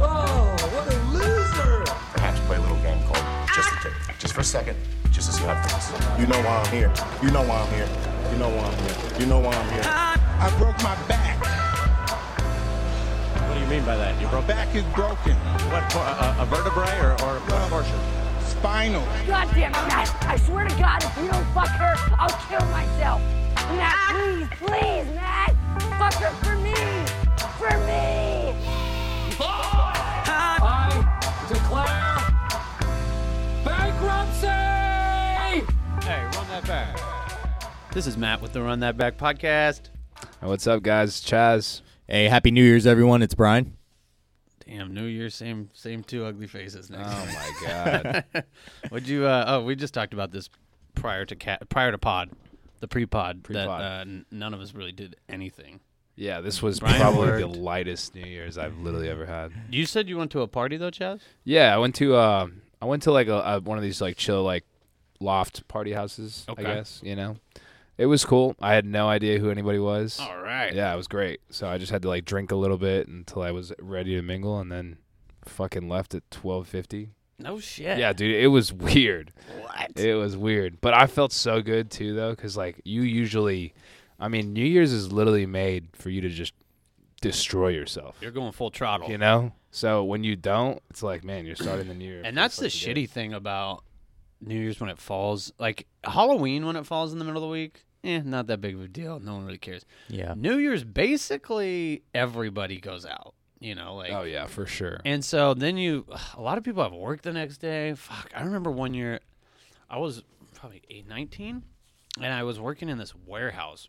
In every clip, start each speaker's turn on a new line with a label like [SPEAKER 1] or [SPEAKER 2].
[SPEAKER 1] Oh,
[SPEAKER 2] a second just to see how it feels.
[SPEAKER 3] You know why I'm here. You know why I'm here. You know why I'm here. You know why I'm here. I broke my back.
[SPEAKER 4] What do you mean by that? You broke
[SPEAKER 3] Back is broken.
[SPEAKER 4] what? por- A, a vertebrae or, or a portion?
[SPEAKER 3] Spinal.
[SPEAKER 5] God damn it, Matt. I swear to God, if you don't fuck her, I'll kill myself. Matt, please, please, Matt. Fuck her for me. For me.
[SPEAKER 1] I declare bankruptcy!
[SPEAKER 4] Hey, run that back. This is Matt with the Run That Back podcast.
[SPEAKER 6] Hey, What's up, guys? Chaz.
[SPEAKER 7] Hey, happy New Year's, everyone. It's Brian.
[SPEAKER 4] Damn, New Year, same same two ugly faces next.
[SPEAKER 6] Oh my god.
[SPEAKER 4] Would you? Uh, oh, we just talked about this prior to cat prior to pod, the pre-pod, that
[SPEAKER 6] Pre-pod.
[SPEAKER 4] uh, n- none of us really did anything.
[SPEAKER 6] yeah, this was
[SPEAKER 4] Brian
[SPEAKER 6] probably the
[SPEAKER 4] worked.
[SPEAKER 6] lightest New Year's I've literally ever had.
[SPEAKER 4] You said you went to a party though, Chaz.
[SPEAKER 6] Yeah, I went to uh, I went to like a, a one of these like chill like loft party houses.
[SPEAKER 4] Okay.
[SPEAKER 6] I guess you know, it was cool. I had no idea who anybody was.
[SPEAKER 4] All right.
[SPEAKER 6] Yeah, it was great. So I just had to like drink a little bit until I was ready to mingle, and then fucking left at twelve fifty.
[SPEAKER 4] No shit.
[SPEAKER 6] Yeah, dude, it was weird. What? It was weird, but I felt so good too, though, because like you usually, I mean, New Year's is literally made for you to just destroy yourself.
[SPEAKER 4] You're going full throttle.
[SPEAKER 6] You know, so when you don't, it's like, man, you're starting the new year.
[SPEAKER 4] And that's the shitty thing about New Year's when it falls, like Halloween when it falls in the middle of the week. Eh, not that big of a deal. No one really cares.
[SPEAKER 7] Yeah.
[SPEAKER 4] New Year's basically everybody goes out. You know, like
[SPEAKER 6] Oh yeah, for sure.
[SPEAKER 4] And so then you, a lot of people have work the next day. Fuck, I remember one year, I was probably eight, 19, and I was working in this warehouse,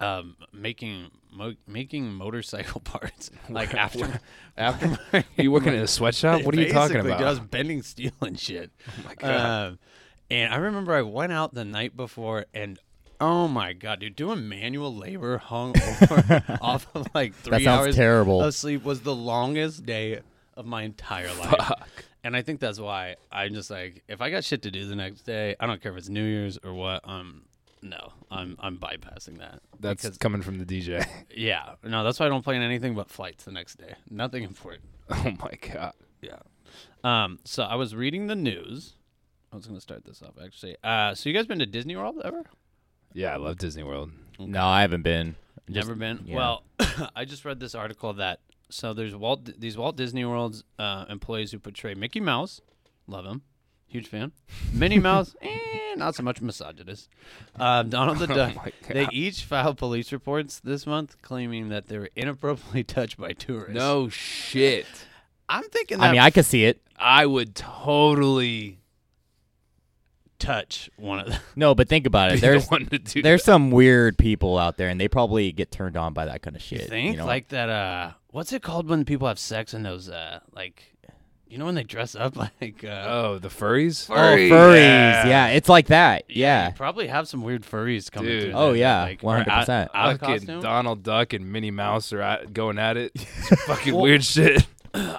[SPEAKER 4] um, making mo- making motorcycle parts, like after after
[SPEAKER 6] Are you working in a sweatshop? What are you talking
[SPEAKER 4] Basically,
[SPEAKER 6] about?
[SPEAKER 4] Just bending steel and shit. Oh my
[SPEAKER 6] God.
[SPEAKER 4] Um, and I remember I went out the night before and. Oh my god, dude! Doing manual labor hung over off of like three
[SPEAKER 7] sounds
[SPEAKER 4] hours
[SPEAKER 7] terrible.
[SPEAKER 4] of sleep was the longest day of my entire life. And I think that's why I'm just like, if I got shit to do the next day, I don't care if it's New Year's or what. Um, no, I'm I'm bypassing that.
[SPEAKER 6] that's
[SPEAKER 4] because,
[SPEAKER 6] coming from the DJ.
[SPEAKER 4] yeah. No, that's why I don't plan anything but flights the next day. Nothing important.
[SPEAKER 6] oh my god.
[SPEAKER 4] Yeah. Um. So I was reading the news. I was gonna start this off actually. Uh. So you guys been to Disney World ever?
[SPEAKER 6] Yeah, I love Disney World.
[SPEAKER 7] No, I haven't been.
[SPEAKER 4] Never been. Well, I just read this article that so there's Walt these Walt Disney World's uh, employees who portray Mickey Mouse, love him, huge fan. Minnie Mouse, eh, not so much misogynist. Um, Donald the Duck.
[SPEAKER 6] my
[SPEAKER 4] they
[SPEAKER 6] God.
[SPEAKER 4] each filed police reports this month claiming that they were inappropriately touched by tourists.
[SPEAKER 6] No shit.
[SPEAKER 4] I'm thinking that
[SPEAKER 7] I mean, I could see it.
[SPEAKER 6] I would totally
[SPEAKER 4] touch one of them.
[SPEAKER 7] No, but think about
[SPEAKER 6] be
[SPEAKER 7] it. There's
[SPEAKER 6] the one to do.
[SPEAKER 7] there's some weird people out there, and they probably get turned on by that kind of shit.
[SPEAKER 4] You think
[SPEAKER 7] know?
[SPEAKER 4] like that? Uh, what's it called when people have sex in those? Uh, like, you know when they dress up like? Uh,
[SPEAKER 6] that. Oh, the furries.
[SPEAKER 7] oh furries, yeah. it's like that. Yeah,
[SPEAKER 4] you probably have some weird furries coming.
[SPEAKER 6] Dude.
[SPEAKER 4] Through
[SPEAKER 7] Oh,
[SPEAKER 4] there,
[SPEAKER 7] yeah,
[SPEAKER 4] like, or out-
[SPEAKER 7] 100%.
[SPEAKER 4] Out of
[SPEAKER 6] fucking
[SPEAKER 4] costume.
[SPEAKER 6] Donald Duck and Minnie Mouse are at, going at it. It's fucking weird shit.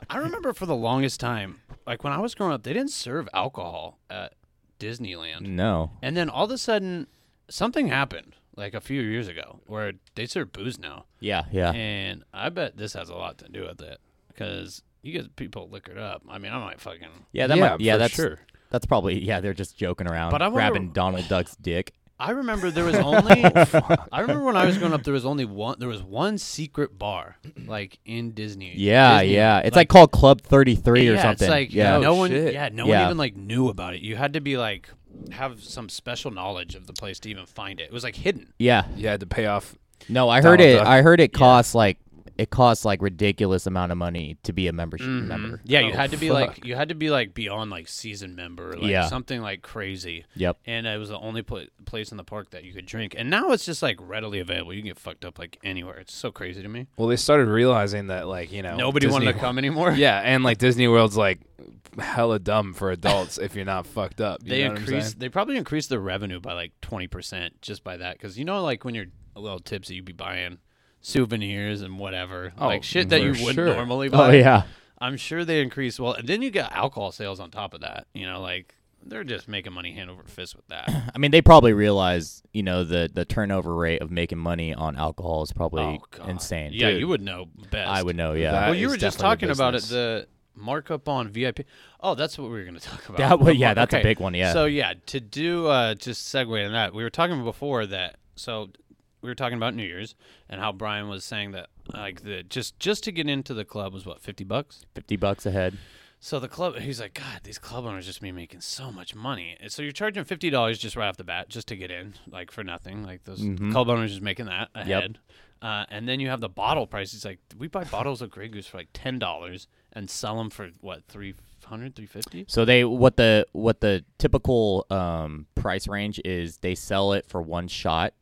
[SPEAKER 4] I remember for the longest time, like when I was growing up, they didn't serve alcohol at Disneyland,
[SPEAKER 7] no,
[SPEAKER 4] and then all of a sudden, something happened like a few years ago where they serve booze now,
[SPEAKER 7] yeah, yeah.
[SPEAKER 4] and I bet this has a lot to do with it because you get people liquored up. I mean, I might fucking
[SPEAKER 7] Yeah, that
[SPEAKER 6] Yeah,
[SPEAKER 7] might, yeah,
[SPEAKER 6] for
[SPEAKER 7] that's
[SPEAKER 6] sure.
[SPEAKER 7] that's probably yeah. They're just joking around,
[SPEAKER 4] But I wonder-
[SPEAKER 7] grabbing Donald Duck's dick.
[SPEAKER 4] I remember there was only. I remember when I was growing up, there was only one. There was one secret bar, like in Disney.
[SPEAKER 7] Yeah,
[SPEAKER 4] Disney.
[SPEAKER 7] yeah. It's like, called Club Thirty Three
[SPEAKER 4] yeah,
[SPEAKER 7] or something.
[SPEAKER 4] It's like
[SPEAKER 7] yeah,
[SPEAKER 4] no one.
[SPEAKER 6] Oh, shit.
[SPEAKER 4] Yeah, no one
[SPEAKER 7] Yeah.
[SPEAKER 4] even like knew about it. You had to be like have some special knowledge of the place to even find it. It was like hidden.
[SPEAKER 7] yeah.
[SPEAKER 6] You had to pay off.
[SPEAKER 7] No, I heard
[SPEAKER 6] Donald
[SPEAKER 7] it.
[SPEAKER 6] Duck.
[SPEAKER 7] I heard it costs like it costs like ridiculous amount of money to be a membership member.
[SPEAKER 4] Mm-hmm. Yeah, you had to be like
[SPEAKER 6] fuck.
[SPEAKER 4] you had to be like beyond like season member, like
[SPEAKER 7] Yeah.
[SPEAKER 4] something like crazy.
[SPEAKER 7] Yep.
[SPEAKER 4] And it was the only pla place in the park that you could drink. And now it's just like readily available. You can get fucked up like anywhere. It's so crazy to me.
[SPEAKER 6] Well, they started realizing that, like, you know,
[SPEAKER 4] Nobody
[SPEAKER 6] Oh, Disney-
[SPEAKER 4] wanted to come anymore.
[SPEAKER 6] Yeah, and like Disney World's like hella dumb for adults if you're not fucked up. You
[SPEAKER 4] they
[SPEAKER 6] know what I'm
[SPEAKER 4] increase
[SPEAKER 6] saying?
[SPEAKER 4] they probably increase their revenue by like 20% just by that cuz you know like when you're a little tipsy you be buying souvenirs and whatever
[SPEAKER 6] Oh,
[SPEAKER 4] like shit that you
[SPEAKER 6] for
[SPEAKER 4] wouldn't
[SPEAKER 6] sure.
[SPEAKER 4] normally
[SPEAKER 7] Oh
[SPEAKER 4] buy.
[SPEAKER 7] yeah.
[SPEAKER 4] I'm sure they increase well and then you got alcohol sales on top of that, you know like they're just making money hand over fist with that.
[SPEAKER 7] I mean, they probably realize you know the the turnover rate of making money on alcohol is probably
[SPEAKER 4] oh god.
[SPEAKER 7] insane.
[SPEAKER 4] Yeah,
[SPEAKER 7] Dude,
[SPEAKER 4] you would know best.
[SPEAKER 7] I would know. Yeah.
[SPEAKER 6] That
[SPEAKER 4] Well, you
[SPEAKER 6] is
[SPEAKER 4] were just
[SPEAKER 6] definitely
[SPEAKER 4] talking about it
[SPEAKER 6] business.
[SPEAKER 4] the markup on VIP. Oh, that's what we were going to talk about.
[SPEAKER 7] That wa- yeah,
[SPEAKER 4] Mar-
[SPEAKER 7] that's a big one, yeah.
[SPEAKER 4] So yeah, to do uh, just segue in that, we were talking before that. So we were talking about New Year's and how Brian was saying that like the just just to get into the club was what fifty bucks.
[SPEAKER 7] Fifty bucks a head.
[SPEAKER 4] So the club, he's like, God, these club owners just be making so much money. And so you're charging fifty dollars just right off the bat, just to get in, like for nothing. Like those
[SPEAKER 6] Mm-hmm.
[SPEAKER 4] club owners just making that ahead. Uh, and then you have the bottle price. It's like we buy bottles of Grey Goose for like ten dollars and sell them for what 300 350
[SPEAKER 7] So they what the what the typical um, price range is? They sell it for one shot.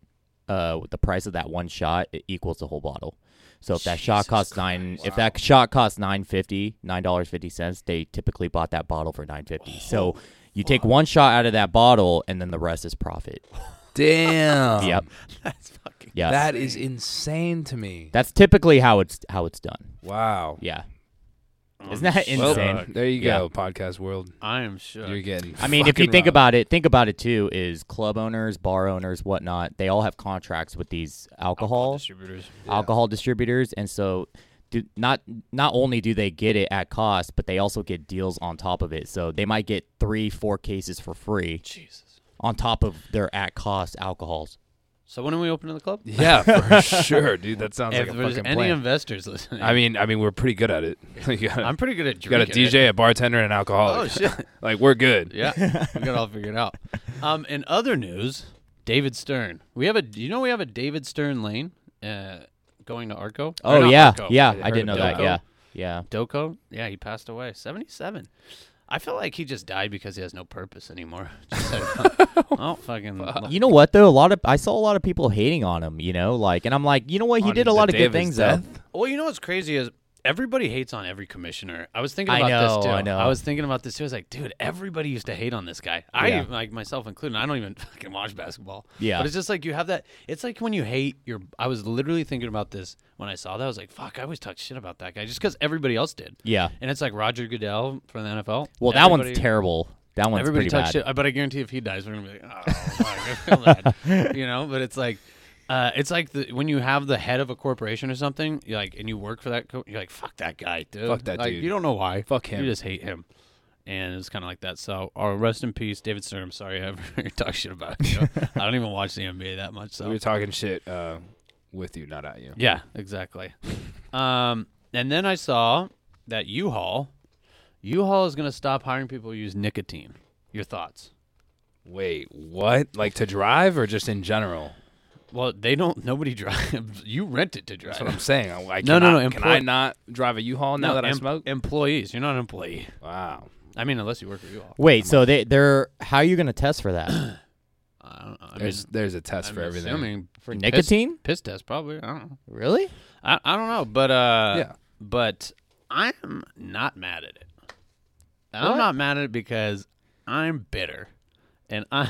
[SPEAKER 7] Uh, the price of that one shot it equals the whole bottle. So if that shot costs nine, if that shot costs nine fifty, nine dollars fifty cents, they typically bought that bottle for nine fifty.
[SPEAKER 4] Oh,
[SPEAKER 7] so you take one shot out of that bottle, and then the rest is profit.
[SPEAKER 6] Damn.
[SPEAKER 7] yep.
[SPEAKER 4] That's fucking.
[SPEAKER 7] Yeah.
[SPEAKER 6] That is insane to me.
[SPEAKER 7] That's typically how it's how it's done.
[SPEAKER 6] Wow.
[SPEAKER 7] Yeah. Isn't that
[SPEAKER 6] Well, uh,
[SPEAKER 7] insane?
[SPEAKER 6] there you
[SPEAKER 7] Yeah.
[SPEAKER 6] go, podcast world.
[SPEAKER 4] I am sure.
[SPEAKER 6] You're getting.
[SPEAKER 7] I mean, if you
[SPEAKER 6] fucking uh,
[SPEAKER 7] think
[SPEAKER 6] robbed.
[SPEAKER 7] about it, think about it too. Is club owners, bar owners, whatnot? They all have contracts with these alcohol alcohol,
[SPEAKER 4] distributors.
[SPEAKER 7] distributors, and so do, not not only do they get it at cost, but they also get deals on top of it. So they might get three, four cases for free
[SPEAKER 4] Jesus.
[SPEAKER 7] on top of their at cost alcohols.
[SPEAKER 4] So when are we opening the club?
[SPEAKER 6] yeah, for sure, dude. That sounds like
[SPEAKER 4] If
[SPEAKER 6] a
[SPEAKER 4] there's
[SPEAKER 6] fucking
[SPEAKER 4] any
[SPEAKER 6] plan.
[SPEAKER 4] investors listening,
[SPEAKER 6] I mean, I mean, we're pretty good at it. you got,
[SPEAKER 4] I'm pretty good at
[SPEAKER 6] you got a
[SPEAKER 4] drinking. it.
[SPEAKER 6] DJ, a bartender, and an alcoholic.
[SPEAKER 4] Oh shit.
[SPEAKER 6] Like we're good.
[SPEAKER 4] Yeah, we got it all figured out. Um, in other news, David Stern. We have a. do You know, we have a David Stern lane uh, going to Arco. Or
[SPEAKER 7] Oh
[SPEAKER 4] not
[SPEAKER 7] yeah,
[SPEAKER 4] Arco,
[SPEAKER 7] yeah,
[SPEAKER 4] uh,
[SPEAKER 7] I didn't know that.
[SPEAKER 4] Doco.
[SPEAKER 7] Yeah, yeah.
[SPEAKER 4] Doco. Yeah, he passed away, seventy-seven. I feel like he just died because he has no purpose anymore. Just like, oh fucking!
[SPEAKER 7] You know what though? A lot of I saw a lot of people hating on him. You know, like, and I'm like, you know what? He
[SPEAKER 6] On
[SPEAKER 7] did a
[SPEAKER 6] the
[SPEAKER 7] lot of
[SPEAKER 6] day
[SPEAKER 7] good
[SPEAKER 6] of his
[SPEAKER 7] things
[SPEAKER 6] death?
[SPEAKER 7] though.
[SPEAKER 4] Well, you know what's crazy is everybody hates on every commissioner. I was thinking
[SPEAKER 7] I
[SPEAKER 4] about
[SPEAKER 7] know,
[SPEAKER 4] this too.
[SPEAKER 7] I know.
[SPEAKER 4] was thinking about this too. I was like, dude, everybody used to hate on this guy. I
[SPEAKER 7] Yeah.
[SPEAKER 4] like myself included. I don't even fucking watch basketball.
[SPEAKER 7] Yeah.
[SPEAKER 4] But it's just like you have that. It's like when you hate your. I was literally thinking about this when I saw that. I was like, fuck, I always talk shit about that guy just because everybody else did.
[SPEAKER 7] Yeah.
[SPEAKER 4] And it's like Roger Goodell from the NFL.
[SPEAKER 7] Well, that one's
[SPEAKER 4] Everybody-
[SPEAKER 7] terrible. That one's
[SPEAKER 4] Everybody
[SPEAKER 7] pretty
[SPEAKER 4] talks
[SPEAKER 7] bad.
[SPEAKER 4] shit, but I guarantee if he dies, we're gonna be like, oh, my, I feel bad. you know. But it's like, uh, it's like the, when you have the head of a corporation or something, you like, and you work for that, co- you're like, fuck that guy, dude.
[SPEAKER 6] Fuck that
[SPEAKER 4] Like,
[SPEAKER 6] dude.
[SPEAKER 4] You don't know why.
[SPEAKER 6] Fuck him.
[SPEAKER 4] You just hate him. And it's kind of like that. So, or rest in peace, David Stern. I'm sorry I ever talked shit about you. I don't even watch the NBA that much. So
[SPEAKER 6] We were talking shit uh, with you, not at you.
[SPEAKER 4] yeah, exactly. um, and then I saw that U-Haul, U-Haul is gonna stop hiring people who use nicotine. Your thoughts?
[SPEAKER 6] Wait, what? Like to drive or just in general?
[SPEAKER 4] Well, they don't. Nobody drives. You rent it to drive.
[SPEAKER 6] That's what I'm saying. I, I
[SPEAKER 4] No, no,
[SPEAKER 6] cannot-
[SPEAKER 4] no,
[SPEAKER 6] Can
[SPEAKER 4] employ-
[SPEAKER 6] I not drive a U-Haul now that I
[SPEAKER 4] em-
[SPEAKER 6] smoke?
[SPEAKER 4] employees. You're not an employee.
[SPEAKER 6] wow.
[SPEAKER 4] I mean, unless you work for you all.
[SPEAKER 7] Wait, so they they're how are you going to test for that?
[SPEAKER 4] I don't know. I mean,
[SPEAKER 6] There's there's a test
[SPEAKER 4] I'm
[SPEAKER 6] for everything.
[SPEAKER 4] assuming
[SPEAKER 7] For
[SPEAKER 4] piss-
[SPEAKER 7] nicotine?
[SPEAKER 4] piss test probably. I don't know.
[SPEAKER 7] Really?
[SPEAKER 4] I, I don't know, but uh,
[SPEAKER 6] Yeah.
[SPEAKER 4] But I'm not mad at it. I'm not mad at it because I'm bitter, and I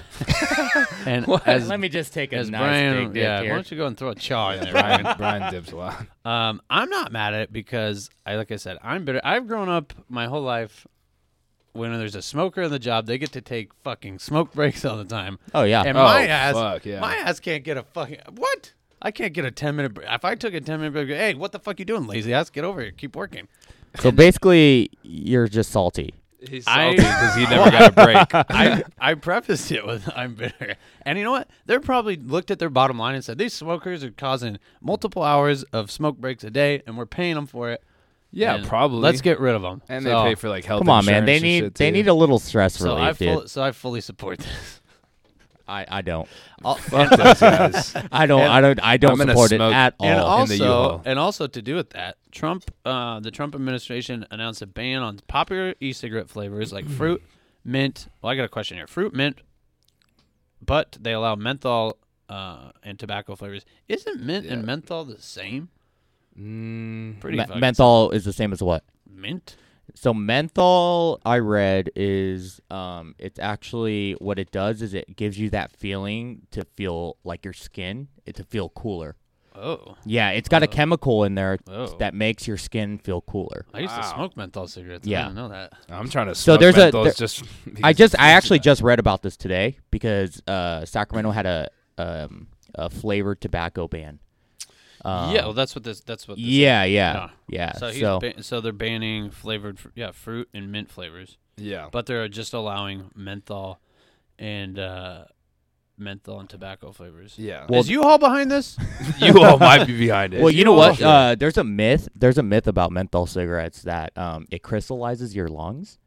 [SPEAKER 4] and as
[SPEAKER 7] Let me just take a
[SPEAKER 4] as
[SPEAKER 7] nice
[SPEAKER 4] Brian,
[SPEAKER 7] big dip
[SPEAKER 4] yeah, why
[SPEAKER 7] here.
[SPEAKER 4] don't you go and throw a char in there, Brian?
[SPEAKER 6] Brian Brian dips a lot.
[SPEAKER 4] Um, I'm not mad at it because I, like I said, I'm bitter. I've grown up my whole life. When there's a smoker in the job, they get to take fucking smoke breaks all the time.
[SPEAKER 7] Oh, yeah.
[SPEAKER 4] and
[SPEAKER 6] Oh,
[SPEAKER 4] my ass,
[SPEAKER 6] fuck, yeah.
[SPEAKER 4] my ass can't get a fucking what? I can't get a ten minute break. If I took a ten minute break, hey, what the fuck you doing, lazy ass? Get over here, keep working.
[SPEAKER 7] So basically, you're just salty.
[SPEAKER 6] He's
[SPEAKER 4] I-
[SPEAKER 6] salty because he never got a break.
[SPEAKER 4] I I prefaced it with I'm bitter, and you know what? They're probably looked at their bottom line and said these smokers are causing multiple hours of smoke breaks a day, and we're paying them for it.
[SPEAKER 6] Yeah,
[SPEAKER 4] and
[SPEAKER 6] probably.
[SPEAKER 4] Let's get rid of them.
[SPEAKER 6] and
[SPEAKER 4] So-
[SPEAKER 6] they pay for like health.
[SPEAKER 7] Come on, man. They
[SPEAKER 6] insurance and
[SPEAKER 7] need
[SPEAKER 6] shit,
[SPEAKER 7] they
[SPEAKER 6] too.
[SPEAKER 7] need a little stress
[SPEAKER 4] So I
[SPEAKER 7] relief, dude.
[SPEAKER 4] full, so I fully support this.
[SPEAKER 7] I, I don't.
[SPEAKER 6] Fuck those guys.
[SPEAKER 7] I don't. I don't. I don't
[SPEAKER 6] I'm gonna
[SPEAKER 7] support it
[SPEAKER 6] smoke
[SPEAKER 7] at all.
[SPEAKER 4] and
[SPEAKER 6] in the
[SPEAKER 4] also,
[SPEAKER 6] U-Haul.
[SPEAKER 4] and also to do with that, Trump, uh, the Trump administration announced a ban on popular e-cigarette flavors like
[SPEAKER 7] Mm.
[SPEAKER 4] fruit, mint. Well, I got a question here: fruit, mint, but they allow menthol uh, and tobacco flavors. Isn't mint and menthol the same? Mm, Pretty
[SPEAKER 7] Me-
[SPEAKER 4] fucking-
[SPEAKER 7] menthol is the same as what?
[SPEAKER 4] mint.
[SPEAKER 7] So menthol, I read is um, it's actually what it does is it gives you that feeling to feel like your skin, it, to feel cooler.
[SPEAKER 4] Oh,
[SPEAKER 7] Yeah, it's got a chemical in there
[SPEAKER 4] Oh.
[SPEAKER 7] that makes your skin feel cooler.
[SPEAKER 4] I used to smoke menthol cigarettes. I
[SPEAKER 7] Yeah.
[SPEAKER 4] didn't know that.
[SPEAKER 6] I'm trying to. Smoke so
[SPEAKER 7] there's
[SPEAKER 6] there's
[SPEAKER 7] a-
[SPEAKER 6] a.
[SPEAKER 7] there-
[SPEAKER 6] just
[SPEAKER 7] I just I actually just read about this today because uh, Sacramento had a um, a flavored tobacco ban.
[SPEAKER 4] yeah, well, that's what this. That's what. This
[SPEAKER 7] Yeah,
[SPEAKER 4] is.
[SPEAKER 7] yeah, yeah.
[SPEAKER 4] So he's
[SPEAKER 7] So-
[SPEAKER 4] ban- so they're banning flavored, fr- yeah, fruit and mint flavors,
[SPEAKER 6] Yeah.
[SPEAKER 4] but they're just allowing menthol and uh, menthol and tobacco flavors.
[SPEAKER 6] yeah.
[SPEAKER 7] Well-
[SPEAKER 4] is you all behind this?
[SPEAKER 6] you all might be behind it.
[SPEAKER 7] Well, you know
[SPEAKER 6] all
[SPEAKER 7] what?
[SPEAKER 6] should.
[SPEAKER 7] Uh, there's a myth. There's a myth about menthol cigarettes that um, it crystallizes your lungs.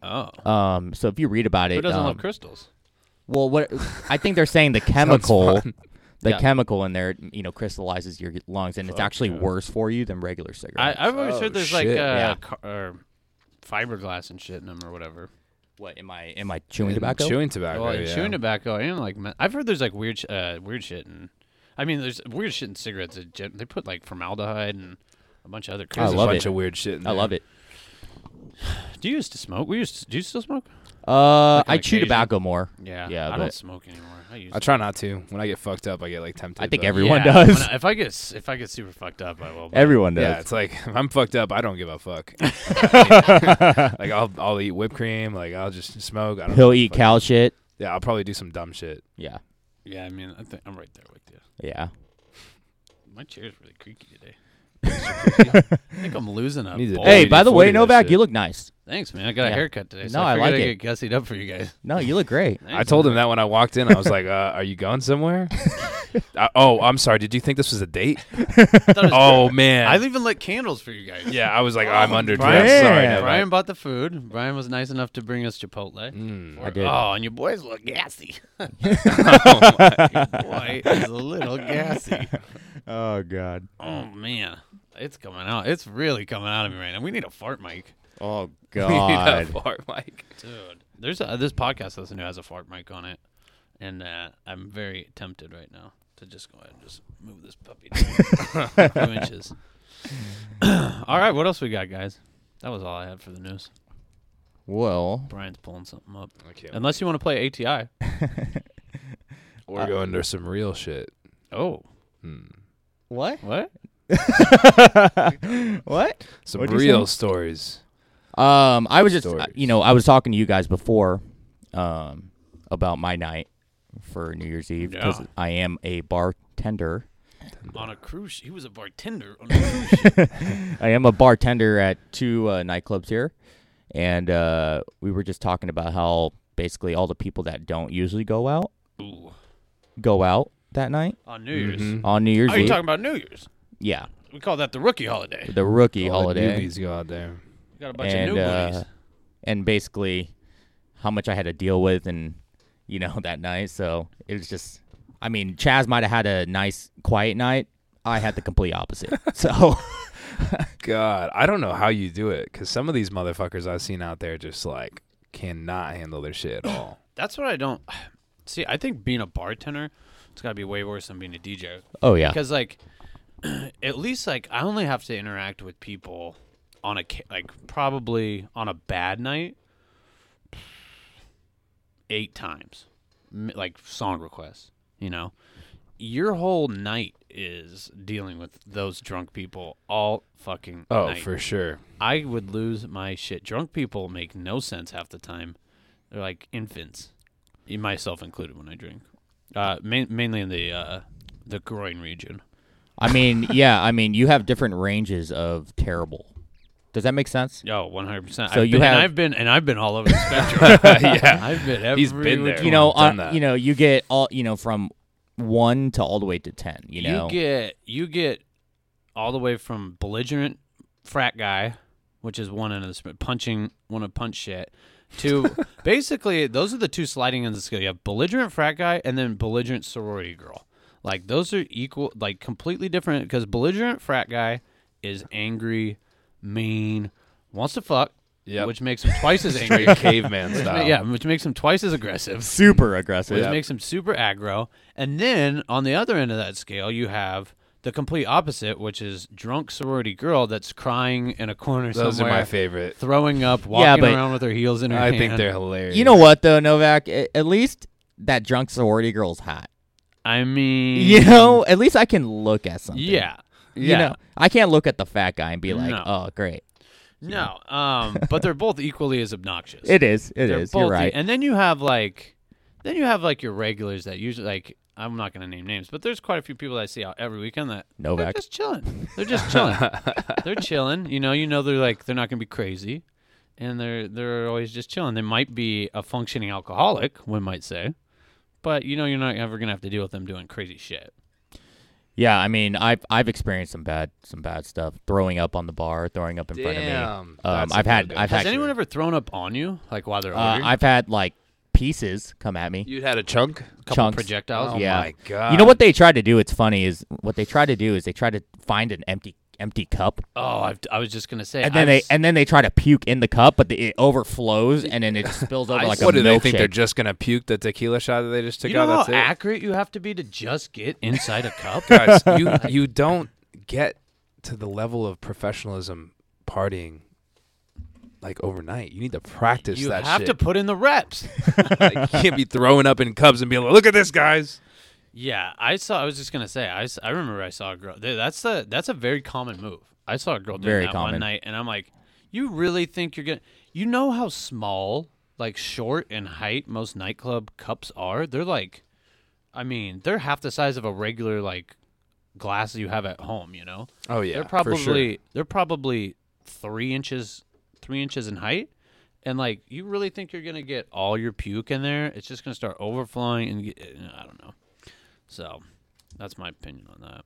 [SPEAKER 4] Oh,
[SPEAKER 7] Um, so if you read about it,
[SPEAKER 4] who doesn't
[SPEAKER 7] um,
[SPEAKER 4] love crystals?
[SPEAKER 7] well, what I think they're saying the chemical, the
[SPEAKER 4] Yeah.
[SPEAKER 7] chemical in there, you know, crystallizes your lungs, and it's actually worse for you than regular cigarettes.
[SPEAKER 4] I, I've always
[SPEAKER 6] Oh,
[SPEAKER 4] heard there's like uh,
[SPEAKER 6] shit.
[SPEAKER 7] Yeah.
[SPEAKER 4] car- or fiberglass and shit in them or whatever.
[SPEAKER 7] what am I? Am I chewing
[SPEAKER 6] And
[SPEAKER 7] tobacco?
[SPEAKER 6] Chewing tobacco.
[SPEAKER 4] Well, and
[SPEAKER 6] yeah.
[SPEAKER 4] chewing tobacco and like men- I've heard there's like weird, sh- uh, weird shit and I mean there's weird shit in cigarettes. that gen- They put like formaldehyde and a bunch of other.
[SPEAKER 7] I
[SPEAKER 6] There's
[SPEAKER 4] crazy
[SPEAKER 6] a
[SPEAKER 7] love
[SPEAKER 6] bunch
[SPEAKER 7] it.
[SPEAKER 6] of weird shit. In
[SPEAKER 7] I love it.
[SPEAKER 4] Do you used to smoke? We used to, do you still smoke?
[SPEAKER 7] Uh,
[SPEAKER 4] on
[SPEAKER 7] I chew
[SPEAKER 4] occasion.
[SPEAKER 7] tobacco more.
[SPEAKER 4] I
[SPEAKER 7] yeah,
[SPEAKER 4] don't
[SPEAKER 7] but
[SPEAKER 4] smoke anymore. I used.
[SPEAKER 6] I try not to. When I get fucked up, I get like tempted.
[SPEAKER 7] I think
[SPEAKER 6] but-
[SPEAKER 7] everyone
[SPEAKER 4] Yeah,
[SPEAKER 7] does.
[SPEAKER 4] when I- if I get s- if I get super fucked up, I will. but-
[SPEAKER 7] Everyone
[SPEAKER 6] Yeah,
[SPEAKER 7] does.
[SPEAKER 6] it's like if I'm fucked up, I don't give a fuck. like I'll I'll eat whipped cream. Like I'll just smoke. I don't
[SPEAKER 7] He'll
[SPEAKER 6] give a
[SPEAKER 7] eat
[SPEAKER 6] fuck.
[SPEAKER 7] cow shit.
[SPEAKER 6] Yeah, I'll probably do some dumb shit.
[SPEAKER 7] Yeah,
[SPEAKER 4] yeah, I mean, I think I'm right there with you.
[SPEAKER 7] yeah.
[SPEAKER 4] My chair's really creaky today. I think I'm losing up.
[SPEAKER 6] Needs a-
[SPEAKER 4] boy.
[SPEAKER 7] Hey,
[SPEAKER 6] you
[SPEAKER 7] by
[SPEAKER 6] did
[SPEAKER 7] the way,
[SPEAKER 6] 40 of that
[SPEAKER 7] Novak,
[SPEAKER 6] shit.
[SPEAKER 7] you look nice.
[SPEAKER 4] thanks, man. I got
[SPEAKER 7] Yeah.
[SPEAKER 4] a haircut today. So
[SPEAKER 7] No, I
[SPEAKER 4] I, figured
[SPEAKER 7] like
[SPEAKER 4] I
[SPEAKER 7] it.
[SPEAKER 4] Get gussied up for you guys.
[SPEAKER 7] No, you look great.
[SPEAKER 4] Thanks,
[SPEAKER 6] I told
[SPEAKER 4] man.
[SPEAKER 6] him that when I walked in. I was like, uh, "Are you going somewhere?" I, oh, I'm sorry. Did you think this was a date?
[SPEAKER 4] I thought it was-
[SPEAKER 6] Oh man.
[SPEAKER 4] I even lit candles for you guys.
[SPEAKER 6] yeah, I was like, "I'm underdressed."
[SPEAKER 7] Oh, Brian.
[SPEAKER 6] Sorry, Novak.
[SPEAKER 4] Brian bought the food. Brian was nice enough to bring us Chipotle.
[SPEAKER 6] Mm.
[SPEAKER 7] I did. Oh,
[SPEAKER 4] Oh, and your boys look gassy. your boy is a little gassy.
[SPEAKER 7] Oh God.
[SPEAKER 4] Oh man, it's coming out. It's really coming out of me right now. We need a fart mic,
[SPEAKER 7] Oh
[SPEAKER 6] Yeah,
[SPEAKER 7] God.
[SPEAKER 6] fart mic.
[SPEAKER 4] dude. There's a, this podcast I listen to has a fart mic on it, and uh, I'm very tempted right now to just go ahead and just move this puppy down a few inches. all right, what else we got, guys? That was all I had for the news.
[SPEAKER 7] well,
[SPEAKER 4] Brian's pulling something up.
[SPEAKER 6] Okay.
[SPEAKER 4] Unless you want to play ATI.
[SPEAKER 6] We're
[SPEAKER 7] uh,
[SPEAKER 6] going to some real shit.
[SPEAKER 4] Oh,
[SPEAKER 7] what?
[SPEAKER 4] what?
[SPEAKER 7] What?
[SPEAKER 6] Some
[SPEAKER 7] What'd you say?
[SPEAKER 6] real stories.
[SPEAKER 7] Um, I was just,
[SPEAKER 6] Stories.
[SPEAKER 7] you know, I was talking to you guys before, um, about my night for New Year's Eve because
[SPEAKER 4] Yeah.
[SPEAKER 7] I am a bartender.
[SPEAKER 4] On a cruise, sh- he was a bartender on a cruise ship.
[SPEAKER 7] I am a bartender at two uh, nightclubs here, and uh, we were just talking about how basically all the people that don't usually go out
[SPEAKER 4] Ooh,
[SPEAKER 7] go out that night
[SPEAKER 4] on New Year's.
[SPEAKER 7] on New Year's
[SPEAKER 4] Are you
[SPEAKER 7] Eve.
[SPEAKER 4] Oh, talking about New Year's?
[SPEAKER 7] yeah,
[SPEAKER 4] We call that the rookie holiday.
[SPEAKER 7] the rookie
[SPEAKER 6] All Oh, the
[SPEAKER 7] holiday.
[SPEAKER 6] newbies go out there.
[SPEAKER 4] We got a bunch
[SPEAKER 7] and
[SPEAKER 4] of new
[SPEAKER 7] uh,
[SPEAKER 4] movies.
[SPEAKER 7] and basically how much I had to deal with and you know that night. So it was just, I mean, Chaz might have had a nice quiet night. I had the complete opposite. so
[SPEAKER 6] God, I don't know how you do it because some of these motherfuckers I've seen out there just like cannot handle their shit at all.
[SPEAKER 4] That's what I don't see. I think being a bartender, it's got to be way worse than being a DJ.
[SPEAKER 7] oh yeah,
[SPEAKER 4] Because like, at least like I only have to interact with people on a ca- like probably on a bad night eight times, M- like song requests. You know, your whole night is dealing with those drunk people all fucking.
[SPEAKER 6] oh,
[SPEAKER 4] night.
[SPEAKER 6] for sure.
[SPEAKER 4] I would lose my shit. Drunk people make no sense half the time. They're like infants, e- myself included when I drink. Uh, main, mainly in the uh, the groin region.
[SPEAKER 7] I mean, yeah, I mean, you have different ranges of terrible. Does that make sense?
[SPEAKER 4] Oh, 100%. So
[SPEAKER 7] So
[SPEAKER 4] I've
[SPEAKER 7] you
[SPEAKER 4] been,
[SPEAKER 7] have-
[SPEAKER 4] and I've been and I've been all over the spectrum.
[SPEAKER 6] yeah,
[SPEAKER 4] I've been every
[SPEAKER 6] He's been
[SPEAKER 4] which-
[SPEAKER 6] there.
[SPEAKER 7] You know,
[SPEAKER 6] Done
[SPEAKER 7] uh,
[SPEAKER 6] that.
[SPEAKER 7] you know, you get all, you know, from one to all the way to ten. You
[SPEAKER 4] You
[SPEAKER 7] know,
[SPEAKER 4] get you get all the way from belligerent frat guy, which is one end of the sp- punching, want to punch shit, to basically those are the two sliding ends of the scale. You have belligerent frat guy and then belligerent sorority girl. Like those are equal, like completely different because belligerent frat guy is angry, mean, wants to fuck,
[SPEAKER 6] Yep.
[SPEAKER 4] which makes him twice as angry.
[SPEAKER 6] Straight caveman style.
[SPEAKER 4] yeah, which makes him twice as aggressive
[SPEAKER 7] super aggressive.
[SPEAKER 4] which makes him super aggro. And then on the other end of that scale, you have the complete opposite, which is drunk sorority girl that's crying in a corner
[SPEAKER 6] Those
[SPEAKER 4] somewhere,
[SPEAKER 6] are my favorite.
[SPEAKER 4] throwing up, walking
[SPEAKER 7] but-
[SPEAKER 4] around with her heels in her
[SPEAKER 6] I
[SPEAKER 4] hand.
[SPEAKER 6] think they're hilarious.
[SPEAKER 7] You know what though, Novak? A- At least that drunk sorority girl's hot.
[SPEAKER 4] I mean,
[SPEAKER 7] You know, at least I can look at something.
[SPEAKER 4] yeah,
[SPEAKER 7] You know, I can't look at the fat guy and be like,
[SPEAKER 4] No.
[SPEAKER 7] "Oh, great."
[SPEAKER 4] no, um, but they're both equally as obnoxious.
[SPEAKER 7] It is. It
[SPEAKER 4] They're
[SPEAKER 7] is. You're
[SPEAKER 4] both e-
[SPEAKER 7] right.
[SPEAKER 4] and then you have like, then you have like your regulars that usually like I'm not going to name names, but there's quite a few people that I see out every weekend that they're
[SPEAKER 7] Novak.
[SPEAKER 4] just chilling. They're just chilling. they're chilling. You know, you know they're like they're not going to be crazy, and they're they're always just chilling. They might be a functioning alcoholic, one might say, but you know you're not ever going to have to deal with them doing crazy shit.
[SPEAKER 7] Yeah, I mean, I've I've experienced some bad some bad stuff. Throwing up on the bar, throwing up in front of
[SPEAKER 6] Damn,
[SPEAKER 7] me. Um,
[SPEAKER 6] that's a
[SPEAKER 7] I've had
[SPEAKER 6] no-go.
[SPEAKER 7] I've
[SPEAKER 4] Has
[SPEAKER 7] had
[SPEAKER 4] anyone ever thrown up on you, like while they're
[SPEAKER 7] uh,
[SPEAKER 4] ordering?
[SPEAKER 7] I've had like pieces come at me.
[SPEAKER 6] You'd had a chunk.
[SPEAKER 4] couple
[SPEAKER 7] chunks.
[SPEAKER 4] projectiles.
[SPEAKER 6] Oh
[SPEAKER 7] yeah.
[SPEAKER 6] my god.
[SPEAKER 7] You know what they try to do? It's funny is what they try to do is they try to find an empty empty cup
[SPEAKER 4] Oh, I've, I was just gonna say.
[SPEAKER 7] and then
[SPEAKER 4] I've
[SPEAKER 7] they
[SPEAKER 4] s-
[SPEAKER 7] and then they try to puke in the cup, but the, it overflows and then it spills over
[SPEAKER 4] I-
[SPEAKER 7] like a
[SPEAKER 6] what do they think?
[SPEAKER 7] milkshake.
[SPEAKER 6] They're just gonna puke the tequila shot that they just took
[SPEAKER 4] you know
[SPEAKER 6] out.
[SPEAKER 4] how
[SPEAKER 6] That's it.
[SPEAKER 4] accurate you have to be to just get inside a cup.
[SPEAKER 6] Guys, you you don't get to the level of professionalism partying like overnight. You need to practice
[SPEAKER 4] you
[SPEAKER 6] that
[SPEAKER 4] have
[SPEAKER 6] shit.
[SPEAKER 4] to put in the reps.
[SPEAKER 6] Like, you can't be throwing up in cubs and being like, "Look at this, guys."
[SPEAKER 4] Yeah, I saw. I was just gonna say. I, s- I remember I saw a girl. th- That's a that's a very common move. I saw a girl doing
[SPEAKER 7] Very
[SPEAKER 4] that
[SPEAKER 7] common.
[SPEAKER 4] one night, and I'm like, you really think you're gonna? You know how small, like short in height, most nightclub cups are. They're like, I mean, they're half the size of a regular like glass you have at home. You know.
[SPEAKER 6] Oh yeah,
[SPEAKER 4] they're probably they're probably three inches three inches in height and like you really think you're gonna get all your puke in there it's just gonna start overflowing and get, i don't know so that's my opinion on that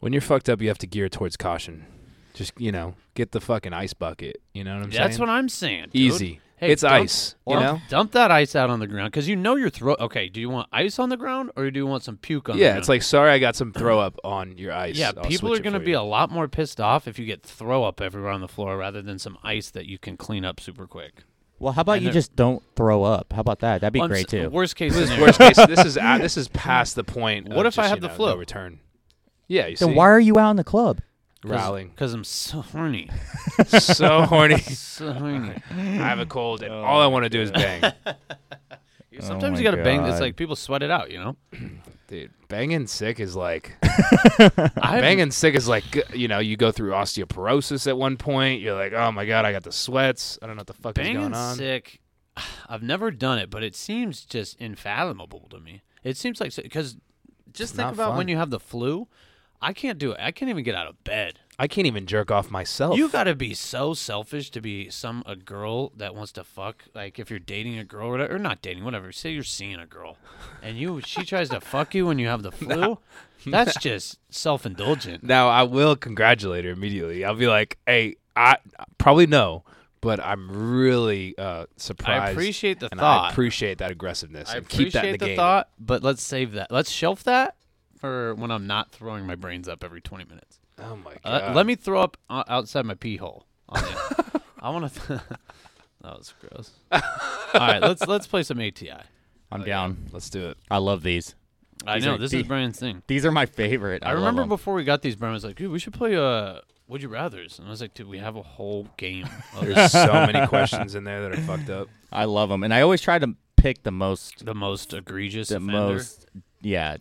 [SPEAKER 6] When you're fucked up, you have to gear towards caution. Just you know, get the fucking ice bucket. You know what I'm
[SPEAKER 4] that's
[SPEAKER 6] saying?
[SPEAKER 4] what i'm saying dude.
[SPEAKER 6] Easy.
[SPEAKER 4] Hey,
[SPEAKER 6] it's
[SPEAKER 4] dump-
[SPEAKER 6] ice. You
[SPEAKER 4] dump-
[SPEAKER 6] know.
[SPEAKER 4] dump that ice out on the ground because you know your throat okay do you want ice on the ground or do you want some puke on the
[SPEAKER 6] Yeah,
[SPEAKER 4] ground?
[SPEAKER 6] it's like sorry, I got some throw up on your ice.
[SPEAKER 4] yeah
[SPEAKER 6] I'll
[SPEAKER 4] people
[SPEAKER 6] switch
[SPEAKER 4] are
[SPEAKER 6] it
[SPEAKER 4] gonna
[SPEAKER 6] for
[SPEAKER 4] be
[SPEAKER 6] you.
[SPEAKER 4] a lot more pissed off if you get throw up everywhere on the floor rather than some ice that you can clean up super quick
[SPEAKER 7] well, how about
[SPEAKER 4] and
[SPEAKER 7] you
[SPEAKER 4] they're-
[SPEAKER 7] just don't throw up? How about that? That'd be
[SPEAKER 4] Well, I'm
[SPEAKER 7] great
[SPEAKER 4] s-
[SPEAKER 7] too.
[SPEAKER 4] worst case
[SPEAKER 6] This is
[SPEAKER 4] scenario
[SPEAKER 6] worst case. This is at, this is past the point.
[SPEAKER 4] What
[SPEAKER 6] of
[SPEAKER 4] if I
[SPEAKER 6] just,
[SPEAKER 4] have
[SPEAKER 6] you
[SPEAKER 4] the
[SPEAKER 6] know, no
[SPEAKER 4] flu?
[SPEAKER 6] return? Yeah, you
[SPEAKER 7] then
[SPEAKER 6] see,
[SPEAKER 7] why are you out in the club?
[SPEAKER 6] rallying
[SPEAKER 4] Because I'm so horny.
[SPEAKER 6] so horny.
[SPEAKER 4] So horny.
[SPEAKER 6] I have a cold,
[SPEAKER 4] Oh,
[SPEAKER 6] and all I want to do is bang,
[SPEAKER 4] Sometimes
[SPEAKER 6] Oh
[SPEAKER 7] my
[SPEAKER 4] you gotta bang. It's
[SPEAKER 7] God.
[SPEAKER 4] like people sweat it out, you know.
[SPEAKER 6] dude. Banging sick is like
[SPEAKER 4] I
[SPEAKER 6] banging sick is like g- you know you go through osteoporosis at one point. You're like, oh my god, I got the sweats. I don't know what the fuck is
[SPEAKER 4] banging
[SPEAKER 6] going on.
[SPEAKER 4] sick. I've never done it, but it seems just infathomable to me. It seems like because just think
[SPEAKER 6] not
[SPEAKER 4] about when
[SPEAKER 6] fun.
[SPEAKER 4] you have the flu. I can't do it. I can't even get out of bed.
[SPEAKER 6] I can't even jerk off myself.
[SPEAKER 4] You gotta be so selfish to be some a girl that wants to fuck. Like if you're dating a girl or, whatever, or not dating, whatever. Say you're seeing a girl, and you she tries to fuck you when you have the flu. That's just self indulgent.
[SPEAKER 6] Now I will congratulate her immediately. I'll be like, "Hey, I probably no, but I'm really uh, surprised.
[SPEAKER 4] appreciate the
[SPEAKER 6] and I
[SPEAKER 4] thought.
[SPEAKER 6] appreciate that aggressiveness.
[SPEAKER 4] I
[SPEAKER 6] and keep that in the,
[SPEAKER 4] appreciate the,
[SPEAKER 6] game.
[SPEAKER 4] thought, but let's save that. Let's shelf that for when I'm not throwing my brains up every 20 minutes.
[SPEAKER 6] Oh my
[SPEAKER 4] Uh,
[SPEAKER 6] god!
[SPEAKER 4] Let me throw up o- outside my pee hole. On the- I want to. that was gross. All right, let's let's play some ATI.
[SPEAKER 7] I'm down.
[SPEAKER 6] Let's do it.
[SPEAKER 7] I love these.
[SPEAKER 4] I
[SPEAKER 7] These
[SPEAKER 4] know
[SPEAKER 7] are
[SPEAKER 4] this
[SPEAKER 7] the-
[SPEAKER 4] is Brian's thing.
[SPEAKER 7] These are my favorite. I,
[SPEAKER 4] I
[SPEAKER 7] love
[SPEAKER 4] remember
[SPEAKER 7] 'em.
[SPEAKER 4] before we got these, Brian was like, "Dude, we should play uh, Would You Rather's," and I was like, "Dude, we have a whole game." Of
[SPEAKER 6] There's so many questions in there that are fucked up.
[SPEAKER 7] I love them, and I always try to pick the most,
[SPEAKER 4] the most egregious,
[SPEAKER 7] the
[SPEAKER 4] offender,
[SPEAKER 7] most, yeah,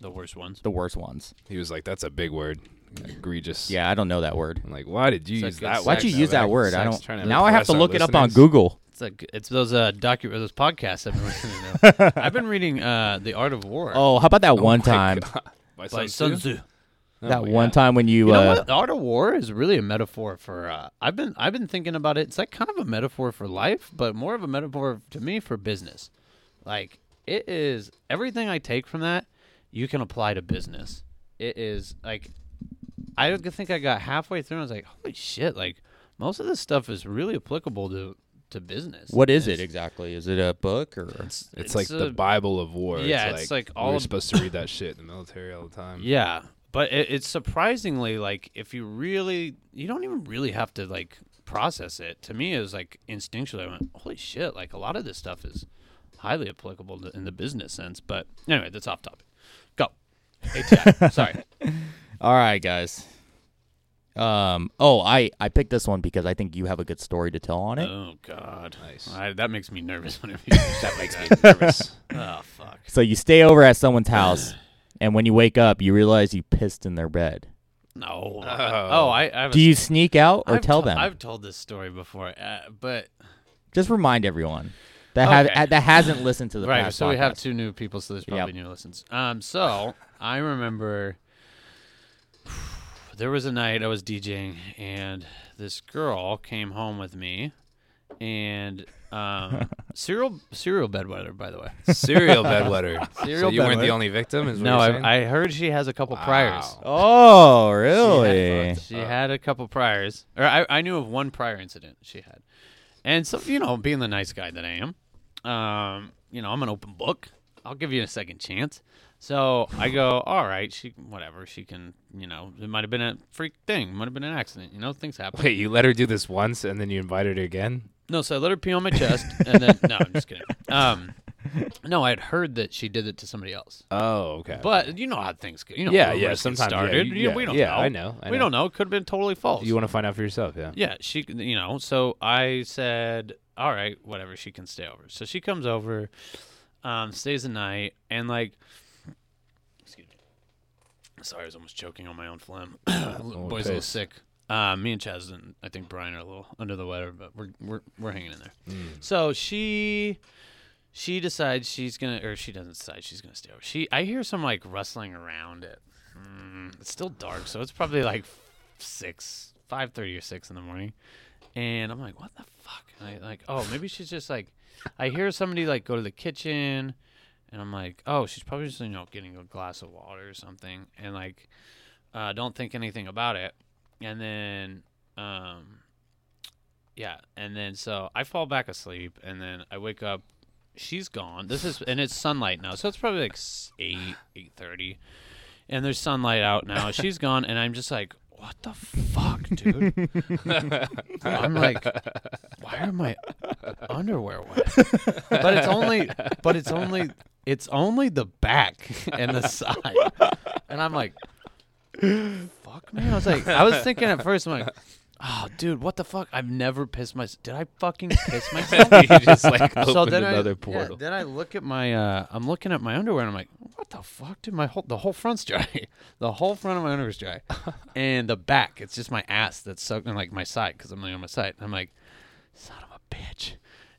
[SPEAKER 4] the worst ones.
[SPEAKER 7] the worst ones.
[SPEAKER 6] He was like, "That's a big word, egregious."
[SPEAKER 7] Yeah, I don't know that word.
[SPEAKER 6] I'm like, why did you
[SPEAKER 4] It's
[SPEAKER 6] use
[SPEAKER 4] like
[SPEAKER 6] that?
[SPEAKER 4] it's
[SPEAKER 6] word?
[SPEAKER 7] Why'd you use that word? I
[SPEAKER 6] Sex,
[SPEAKER 7] don't.
[SPEAKER 6] trying
[SPEAKER 7] Now I have to
[SPEAKER 6] impress
[SPEAKER 7] look
[SPEAKER 6] our
[SPEAKER 7] it up on
[SPEAKER 6] listeners.
[SPEAKER 7] Google.
[SPEAKER 4] It's like it's those uh docu those podcasts I've been listening to. I've been reading uh The Art of War.
[SPEAKER 7] Oh, how about that one
[SPEAKER 6] My
[SPEAKER 7] time?
[SPEAKER 6] God. Oh, By
[SPEAKER 4] by
[SPEAKER 6] Sun
[SPEAKER 4] Sun
[SPEAKER 6] Tzu?
[SPEAKER 4] Tzu.
[SPEAKER 7] That
[SPEAKER 6] my
[SPEAKER 7] one time when you,
[SPEAKER 4] You know
[SPEAKER 7] uh,
[SPEAKER 4] what? The Art of War is really a metaphor for. Uh, I've been I've been thinking about it. It's like kind of a metaphor for life, but more of a metaphor to me for business. Like it is everything I take from that, you can apply to business. It is like I don't think I got halfway through. and I was like, holy shit! Like most of this stuff is really applicable to to business.
[SPEAKER 7] what is it exactly? Is it a book or?
[SPEAKER 4] It's,
[SPEAKER 6] It's, like
[SPEAKER 4] a-
[SPEAKER 6] the Bible of war.
[SPEAKER 4] yeah,
[SPEAKER 6] it's
[SPEAKER 4] it's
[SPEAKER 6] like,
[SPEAKER 4] like all
[SPEAKER 6] we're
[SPEAKER 4] of-
[SPEAKER 6] supposed to read that shit in the military all the time.
[SPEAKER 4] Yeah, but it, it's surprisingly like if you really, you don't even really have to like process it. To me, it was like instinctually, I went, "Holy shit!" Like a lot of this stuff is highly applicable to, in the business sense. But anyway, that's off topic. Go. ATI. Sorry.
[SPEAKER 7] All right, guys. Um. Oh, I I picked this one because I think you have a good story to tell on it.
[SPEAKER 4] Oh God.
[SPEAKER 6] Nice.
[SPEAKER 4] I, that makes me nervous whenever you that makes me.
[SPEAKER 6] Nervous.
[SPEAKER 4] Oh fuck.
[SPEAKER 7] so you stay over at someone's house, and when you wake up, you realize you pissed in their bed.
[SPEAKER 4] No. Oh, I. I have a
[SPEAKER 7] Do you sneak out or
[SPEAKER 4] I've
[SPEAKER 7] tell
[SPEAKER 4] to-
[SPEAKER 7] them?
[SPEAKER 4] I've told this story before, uh, but
[SPEAKER 7] Just remind everyone. that have
[SPEAKER 4] Okay.
[SPEAKER 7] that hasn't listened to the
[SPEAKER 4] right.
[SPEAKER 7] past
[SPEAKER 4] So we have
[SPEAKER 7] podcast.
[SPEAKER 4] two new people, so there's probably new listens. Um, so I remember there was a night I was DJing, and this girl came home with me, and um, serial serial bedwetter, by the way.
[SPEAKER 6] Serial bedwetter. so
[SPEAKER 4] Serial
[SPEAKER 6] you weren't the
[SPEAKER 4] bedwetter.
[SPEAKER 6] only victim. Is what
[SPEAKER 4] No,
[SPEAKER 6] you're saying?
[SPEAKER 4] I, I heard she has a couple priors.
[SPEAKER 7] Oh, really?
[SPEAKER 4] She had a couple priors, or I, I knew of one prior incident she had, and so you know, being the nice guy that I am, um, you know, I'm an open book. I'll give you a second chance. So I go, all right, she whatever she can, you know, it might have been a freak thing, might have been an accident, you know, things happen.
[SPEAKER 6] Wait, you let her do this once and then you invited her again?
[SPEAKER 4] No, so I let her pee on my chest, and then no, I'm just kidding. Um, no, I had heard that she did it to somebody else.
[SPEAKER 6] Oh, okay.
[SPEAKER 4] But you know how things go. You know,
[SPEAKER 6] Yeah,
[SPEAKER 4] where
[SPEAKER 6] yeah,
[SPEAKER 4] risk gets
[SPEAKER 6] sometimes, yeah,
[SPEAKER 4] started.
[SPEAKER 6] you-
[SPEAKER 4] You-
[SPEAKER 6] yeah,
[SPEAKER 4] we don't
[SPEAKER 6] yeah,
[SPEAKER 4] know.
[SPEAKER 6] I know, I
[SPEAKER 4] we
[SPEAKER 6] know.
[SPEAKER 4] don't know. It could have been totally false.
[SPEAKER 6] you want to find out for yourself, yeah.
[SPEAKER 4] Yeah, she, you know, so I said, all right, whatever, she can stay over. So she comes over, um, stays the night, and like, excuse me. Sorry, I was almost choking on my own phlegm. Boy's a little
[SPEAKER 6] piss.
[SPEAKER 4] sick. Uh, me and Chaz and I think Brian are a little under the weather, but we're we're we're hanging in there. So she she decides she's gonna, or she doesn't decide she's gonna stay over. She I hear some like rustling around it. Mm, it's still dark, so it's probably like six, five thirty or six in the morning, and I'm like, what the fuck? And I like, oh, maybe she's just like, I hear somebody like go to the kitchen, and I'm like, oh, she's probably just you know getting a glass of water or something, and like, uh, don't think anything about it, and then, um, yeah, and then so I fall back asleep, and then I wake up. She's gone. This is and it's sunlight now, so it's probably like s- eight, eight thirty and there's sunlight out now. She's gone, and I'm just like, what the fuck, dude? I'm like, why are my underwear wet? But it's only, but it's only, it's only the back and the side, and I'm like, fuck, man. I was like, I was thinking at first, I'm like. Oh, dude, what the fuck? I've never pissed myself. Did I fucking piss myself?
[SPEAKER 6] you just like opened another
[SPEAKER 4] I,
[SPEAKER 6] portal.
[SPEAKER 4] Yeah, then I look at my, uh, I'm looking at my underwear and I'm like, what the fuck, dude? My whole, the whole front's dry. the whole front of my underwear's dry, and the back, it's just my ass that's soaked in like my side because I'm laying on my side. And I'm like, son of a bitch.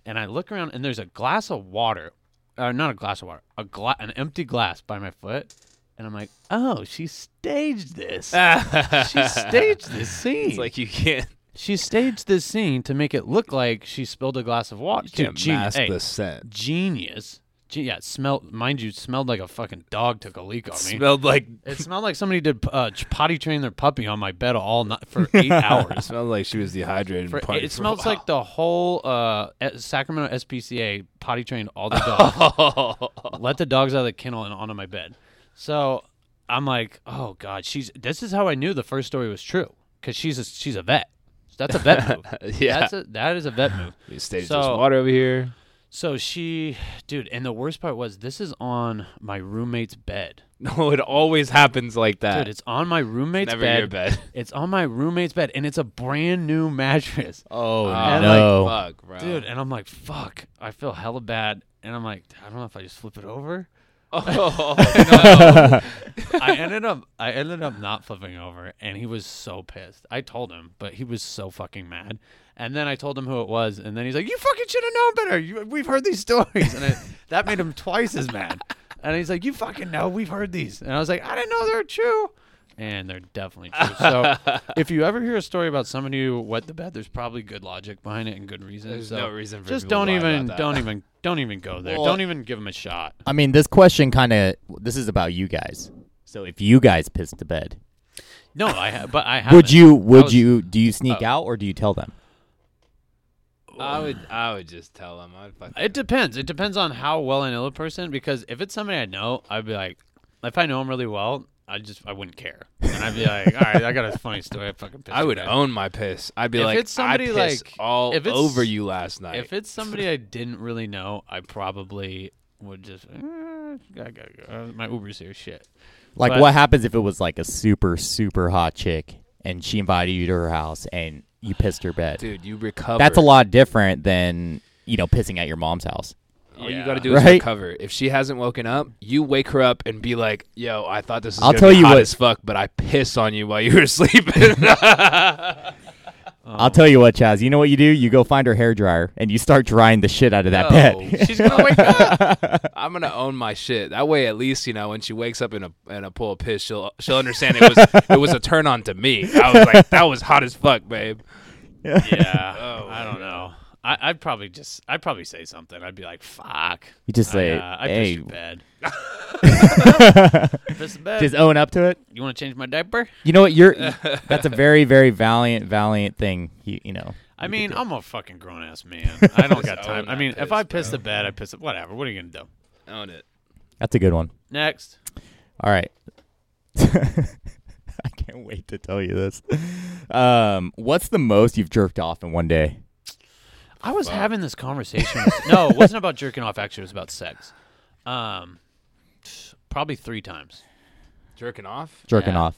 [SPEAKER 4] And I look around and there's a glass of water, uh, not a glass of water, a gla- an empty glass by my foot. And I'm like, oh, she staged this. she staged this scene.
[SPEAKER 6] It's like you can't,
[SPEAKER 4] She staged this scene to make it look like she spilled a glass of water. Dude,
[SPEAKER 6] can't
[SPEAKER 4] geni-
[SPEAKER 6] mask
[SPEAKER 4] hey,
[SPEAKER 6] the scent.
[SPEAKER 4] genius. Ge- yeah, it smelled. Mind you, it smelled like a fucking dog took a leak on me.
[SPEAKER 6] Smelled like
[SPEAKER 4] it smelled like somebody did uh, ch- potty train their puppy on my bed all night for eight hours.
[SPEAKER 6] smelled like she was dehydrated.
[SPEAKER 4] For-
[SPEAKER 6] and partied
[SPEAKER 4] it
[SPEAKER 6] for a
[SPEAKER 4] smells
[SPEAKER 6] while.
[SPEAKER 4] like the whole uh, eh, Sacramento SPCA potty trained all the dogs. Let the dogs out of the kennel and onto my bed. So I'm like, oh god, she's. This is how I knew the first story was true because she's a, she's a vet. That's a vet move.
[SPEAKER 6] Yeah.
[SPEAKER 4] That's a, that is a vet move.
[SPEAKER 6] You staged this
[SPEAKER 4] So-
[SPEAKER 6] water over here.
[SPEAKER 4] So she, dude, and the worst part was this is on my roommate's bed.
[SPEAKER 6] No, it always happens like that.
[SPEAKER 4] Dude, it's on my roommate's
[SPEAKER 6] Uh, never
[SPEAKER 4] bed.
[SPEAKER 6] your bed.
[SPEAKER 4] It's on my roommate's bed, and it's a brand new mattress.
[SPEAKER 7] Oh,
[SPEAKER 4] And, like,
[SPEAKER 7] no.
[SPEAKER 6] Fuck, bro.
[SPEAKER 4] Dude, and I'm like, fuck, I feel hella bad. And I'm like, I don't know if I just flip it over. I ended up I ended up not flipping over and he was so pissed. I told him, but he was so fucking mad. And then I told him who it was and then he's like, "You fucking should have known better. You, we've heard these stories." And I, that made him twice as mad. And he's like, "You fucking know, we've heard these." And I was like, "I didn't know they're true." And they're definitely true. So, if you ever hear a story about somebody who wet the bed, there's probably good logic behind it and good reason.
[SPEAKER 6] There's
[SPEAKER 4] So
[SPEAKER 6] no reason for
[SPEAKER 4] just
[SPEAKER 6] people
[SPEAKER 4] don't
[SPEAKER 6] to lie about
[SPEAKER 4] even,
[SPEAKER 6] that.
[SPEAKER 4] don't even, don't even go there.
[SPEAKER 7] Well-
[SPEAKER 4] don't even give him a shot.
[SPEAKER 7] I mean, this question kind of this is about you guys. So if you guys pissed to bed,
[SPEAKER 4] No, I ha- but I
[SPEAKER 7] would
[SPEAKER 4] haven't.
[SPEAKER 7] you would
[SPEAKER 4] was- Oh.
[SPEAKER 7] you do you sneak out or do you tell them?
[SPEAKER 6] I would, I would just tell him. I'd fucking
[SPEAKER 4] It depends. It depends on how well I know the person. Because if it's somebody I know, I'd be like, if I know him really well, I just I wouldn't care, and I'd be like, all right, I got a funny story. I fucking. pissed
[SPEAKER 6] I
[SPEAKER 4] your
[SPEAKER 6] would
[SPEAKER 4] bed."
[SPEAKER 6] own my piss. I'd be
[SPEAKER 4] If
[SPEAKER 6] like,
[SPEAKER 4] it's somebody
[SPEAKER 6] I pissed
[SPEAKER 4] like-
[SPEAKER 6] all
[SPEAKER 4] if it's-
[SPEAKER 6] over you last night.
[SPEAKER 4] If it's somebody I didn't really know, I probably would just. "Eh, I gotta go. Uh, My Uber's here. Shit.
[SPEAKER 7] Like
[SPEAKER 4] But-
[SPEAKER 7] what happens if it was like a super super hot chick and she invited you to her house and you pissed her bed?
[SPEAKER 6] Dude, you recover.
[SPEAKER 7] That's a lot different than you know pissing at your mom's house.
[SPEAKER 6] All you
[SPEAKER 4] Yeah.
[SPEAKER 6] got to do is
[SPEAKER 7] Right?
[SPEAKER 6] recover. If she hasn't woken up, you wake her up and be like, "Yo, I thought this was
[SPEAKER 7] I'll
[SPEAKER 6] gonna
[SPEAKER 7] tell
[SPEAKER 6] be
[SPEAKER 7] you
[SPEAKER 6] hot
[SPEAKER 7] what-
[SPEAKER 6] as fuck, but I piss on you while you were sleeping."
[SPEAKER 4] Oh
[SPEAKER 7] I'll tell you what, Chaz. You know what you do? You go find her hair dryer and you start drying the shit out of that bed.
[SPEAKER 6] she's gonna wake up. I'm gonna own my shit. That way, at least you know when she wakes up in a in a pool of piss, she'll she'll understand it was it was a turn on to me. I was like, that was hot as fuck, babe.
[SPEAKER 4] yeah. I don't know. I, I'd probably just, I'd probably say something. I'd be like, "Fuck."
[SPEAKER 7] You just
[SPEAKER 4] I,
[SPEAKER 7] say,
[SPEAKER 4] uh, I
[SPEAKER 7] "Hey."
[SPEAKER 4] pissed the bed. I pissed the bed.
[SPEAKER 7] Just own up to it.
[SPEAKER 4] you want to change my diaper?
[SPEAKER 7] You know what? You're. that's a very, very valiant, valiant thing. You, you know.
[SPEAKER 4] I mean, I'm a fucking grown ass man. I don't got time. I mean, if I piss the bed, I piss it. Whatever. What are you gonna do?
[SPEAKER 6] Own it.
[SPEAKER 7] That's a good one.
[SPEAKER 4] Next.
[SPEAKER 7] All right. I can't wait to tell you this. Um, what's the most you've jerked off in one day?
[SPEAKER 4] I was having this conversation. with- no, it wasn't about jerking off. Actually, it was about sex. Um, probably three times.
[SPEAKER 6] Jerking off.
[SPEAKER 7] Jerking
[SPEAKER 4] Yeah.
[SPEAKER 7] off.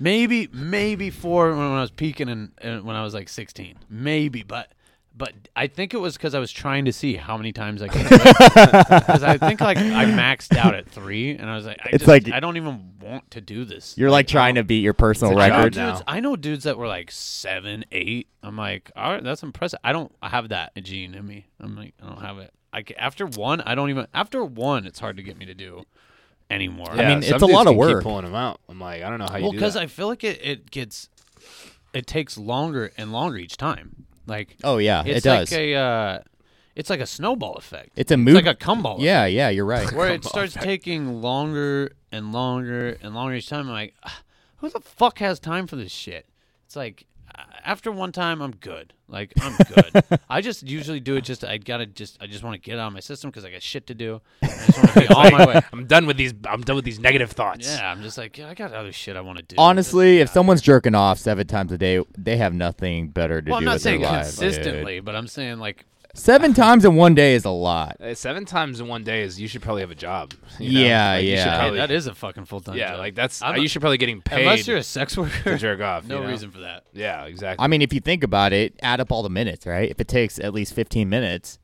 [SPEAKER 4] Maybe, maybe four when I was peaking and, and when I was like 16. Maybe, but but I think it was because I was trying to see how many times I could. Because I think like I maxed out at three, and I was like, I
[SPEAKER 7] It's
[SPEAKER 4] just,
[SPEAKER 7] like-
[SPEAKER 4] I don't even want to do this.
[SPEAKER 7] You're like trying to beat your personal
[SPEAKER 6] a job
[SPEAKER 7] record.
[SPEAKER 6] now.
[SPEAKER 4] Dudes, I know dudes that were like seven, eight. I'm like, all right, that's impressive. I don't have that gene in me. I'm like, I don't have it. I ca- after one, I don't even after one. It's hard to get me to do anymore.
[SPEAKER 7] I mean,
[SPEAKER 6] some
[SPEAKER 7] it's a
[SPEAKER 6] dudes
[SPEAKER 7] lot
[SPEAKER 6] can
[SPEAKER 7] of
[SPEAKER 6] keep
[SPEAKER 7] work.
[SPEAKER 6] pulling them out. I'm like, I don't know how you
[SPEAKER 4] well,
[SPEAKER 6] do that.
[SPEAKER 4] because I feel like it, it gets, it takes longer and longer each time. Like,
[SPEAKER 7] Oh yeah,
[SPEAKER 4] it's
[SPEAKER 7] it does.
[SPEAKER 4] Like a, uh, it's like a snowball effect.
[SPEAKER 7] it's a
[SPEAKER 4] It's
[SPEAKER 7] mood.
[SPEAKER 4] like a cum ball.
[SPEAKER 7] yeah, yeah, you're right.
[SPEAKER 4] where it starts taking longer and longer and longer each time. I'm like, "Ah, who the fuck has time for this shit? It's like uh, after one time, I'm good. Like I'm good. I just usually do it just I gotta just I just want to get it out of my system because I got shit to do. I just want to be on my way.
[SPEAKER 6] I'm done with these. I'm done with these negative thoughts.
[SPEAKER 4] Yeah, I'm just like yeah, I got other shit I want to do.
[SPEAKER 7] Honestly, if someone's jerking off seven times a day, they have nothing better to
[SPEAKER 4] well,
[SPEAKER 7] do
[SPEAKER 4] I'm not
[SPEAKER 7] with their
[SPEAKER 4] saying
[SPEAKER 7] lives, dude.
[SPEAKER 4] consistently, but I'm saying like
[SPEAKER 7] Seven times in one day is a lot.
[SPEAKER 6] Uh, Seven times in one day is you should probably have a job. you
[SPEAKER 7] Yeah,
[SPEAKER 6] Like, you should
[SPEAKER 7] yeah.
[SPEAKER 4] hey,
[SPEAKER 6] probably-
[SPEAKER 4] that is a fucking full time.
[SPEAKER 6] yeah, like that's
[SPEAKER 4] I'm
[SPEAKER 6] uh, you
[SPEAKER 4] not-
[SPEAKER 6] should probably getting paid
[SPEAKER 4] unless you're a sex worker.
[SPEAKER 6] to jerk off.
[SPEAKER 4] no
[SPEAKER 6] you know?
[SPEAKER 4] reason for that.
[SPEAKER 6] Yeah, exactly.
[SPEAKER 7] I mean, if you think about it, add up all the minutes, right? If it takes at least 15 minutes,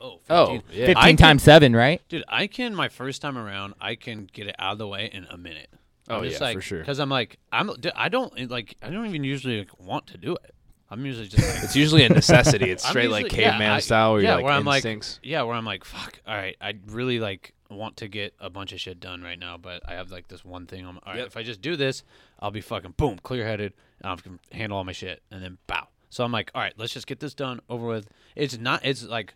[SPEAKER 4] Oh,
[SPEAKER 6] oh, yeah.
[SPEAKER 7] 15
[SPEAKER 4] I can-
[SPEAKER 7] times 7, right?
[SPEAKER 4] Dude, I can my first time around, I can get it out of the way in a minute.
[SPEAKER 6] Oh,
[SPEAKER 4] I'm just
[SPEAKER 6] yeah,
[SPEAKER 4] like,
[SPEAKER 6] for sure.
[SPEAKER 4] Because I'm like, I'm dude, I don't it, like I don't even usually like, want to do it. I'm usually just like
[SPEAKER 6] It's usually a necessity. It's
[SPEAKER 4] I'm
[SPEAKER 6] straight like
[SPEAKER 4] usually- yeah,
[SPEAKER 6] caveman
[SPEAKER 4] I-
[SPEAKER 6] style where
[SPEAKER 4] yeah,
[SPEAKER 6] you're
[SPEAKER 4] where
[SPEAKER 6] like
[SPEAKER 4] I'm like-
[SPEAKER 6] instincts.
[SPEAKER 4] yeah, where I'm like, fuck, all right, I really like want to get a bunch of shit done right now, but I have like this one thing. I'm all right.
[SPEAKER 6] Yep.
[SPEAKER 4] If I just do this, I'll be fucking boom, clear headed, and I can handle all my shit, and then bow. So I'm like, all right, let's just get this done over with. It's not. It's like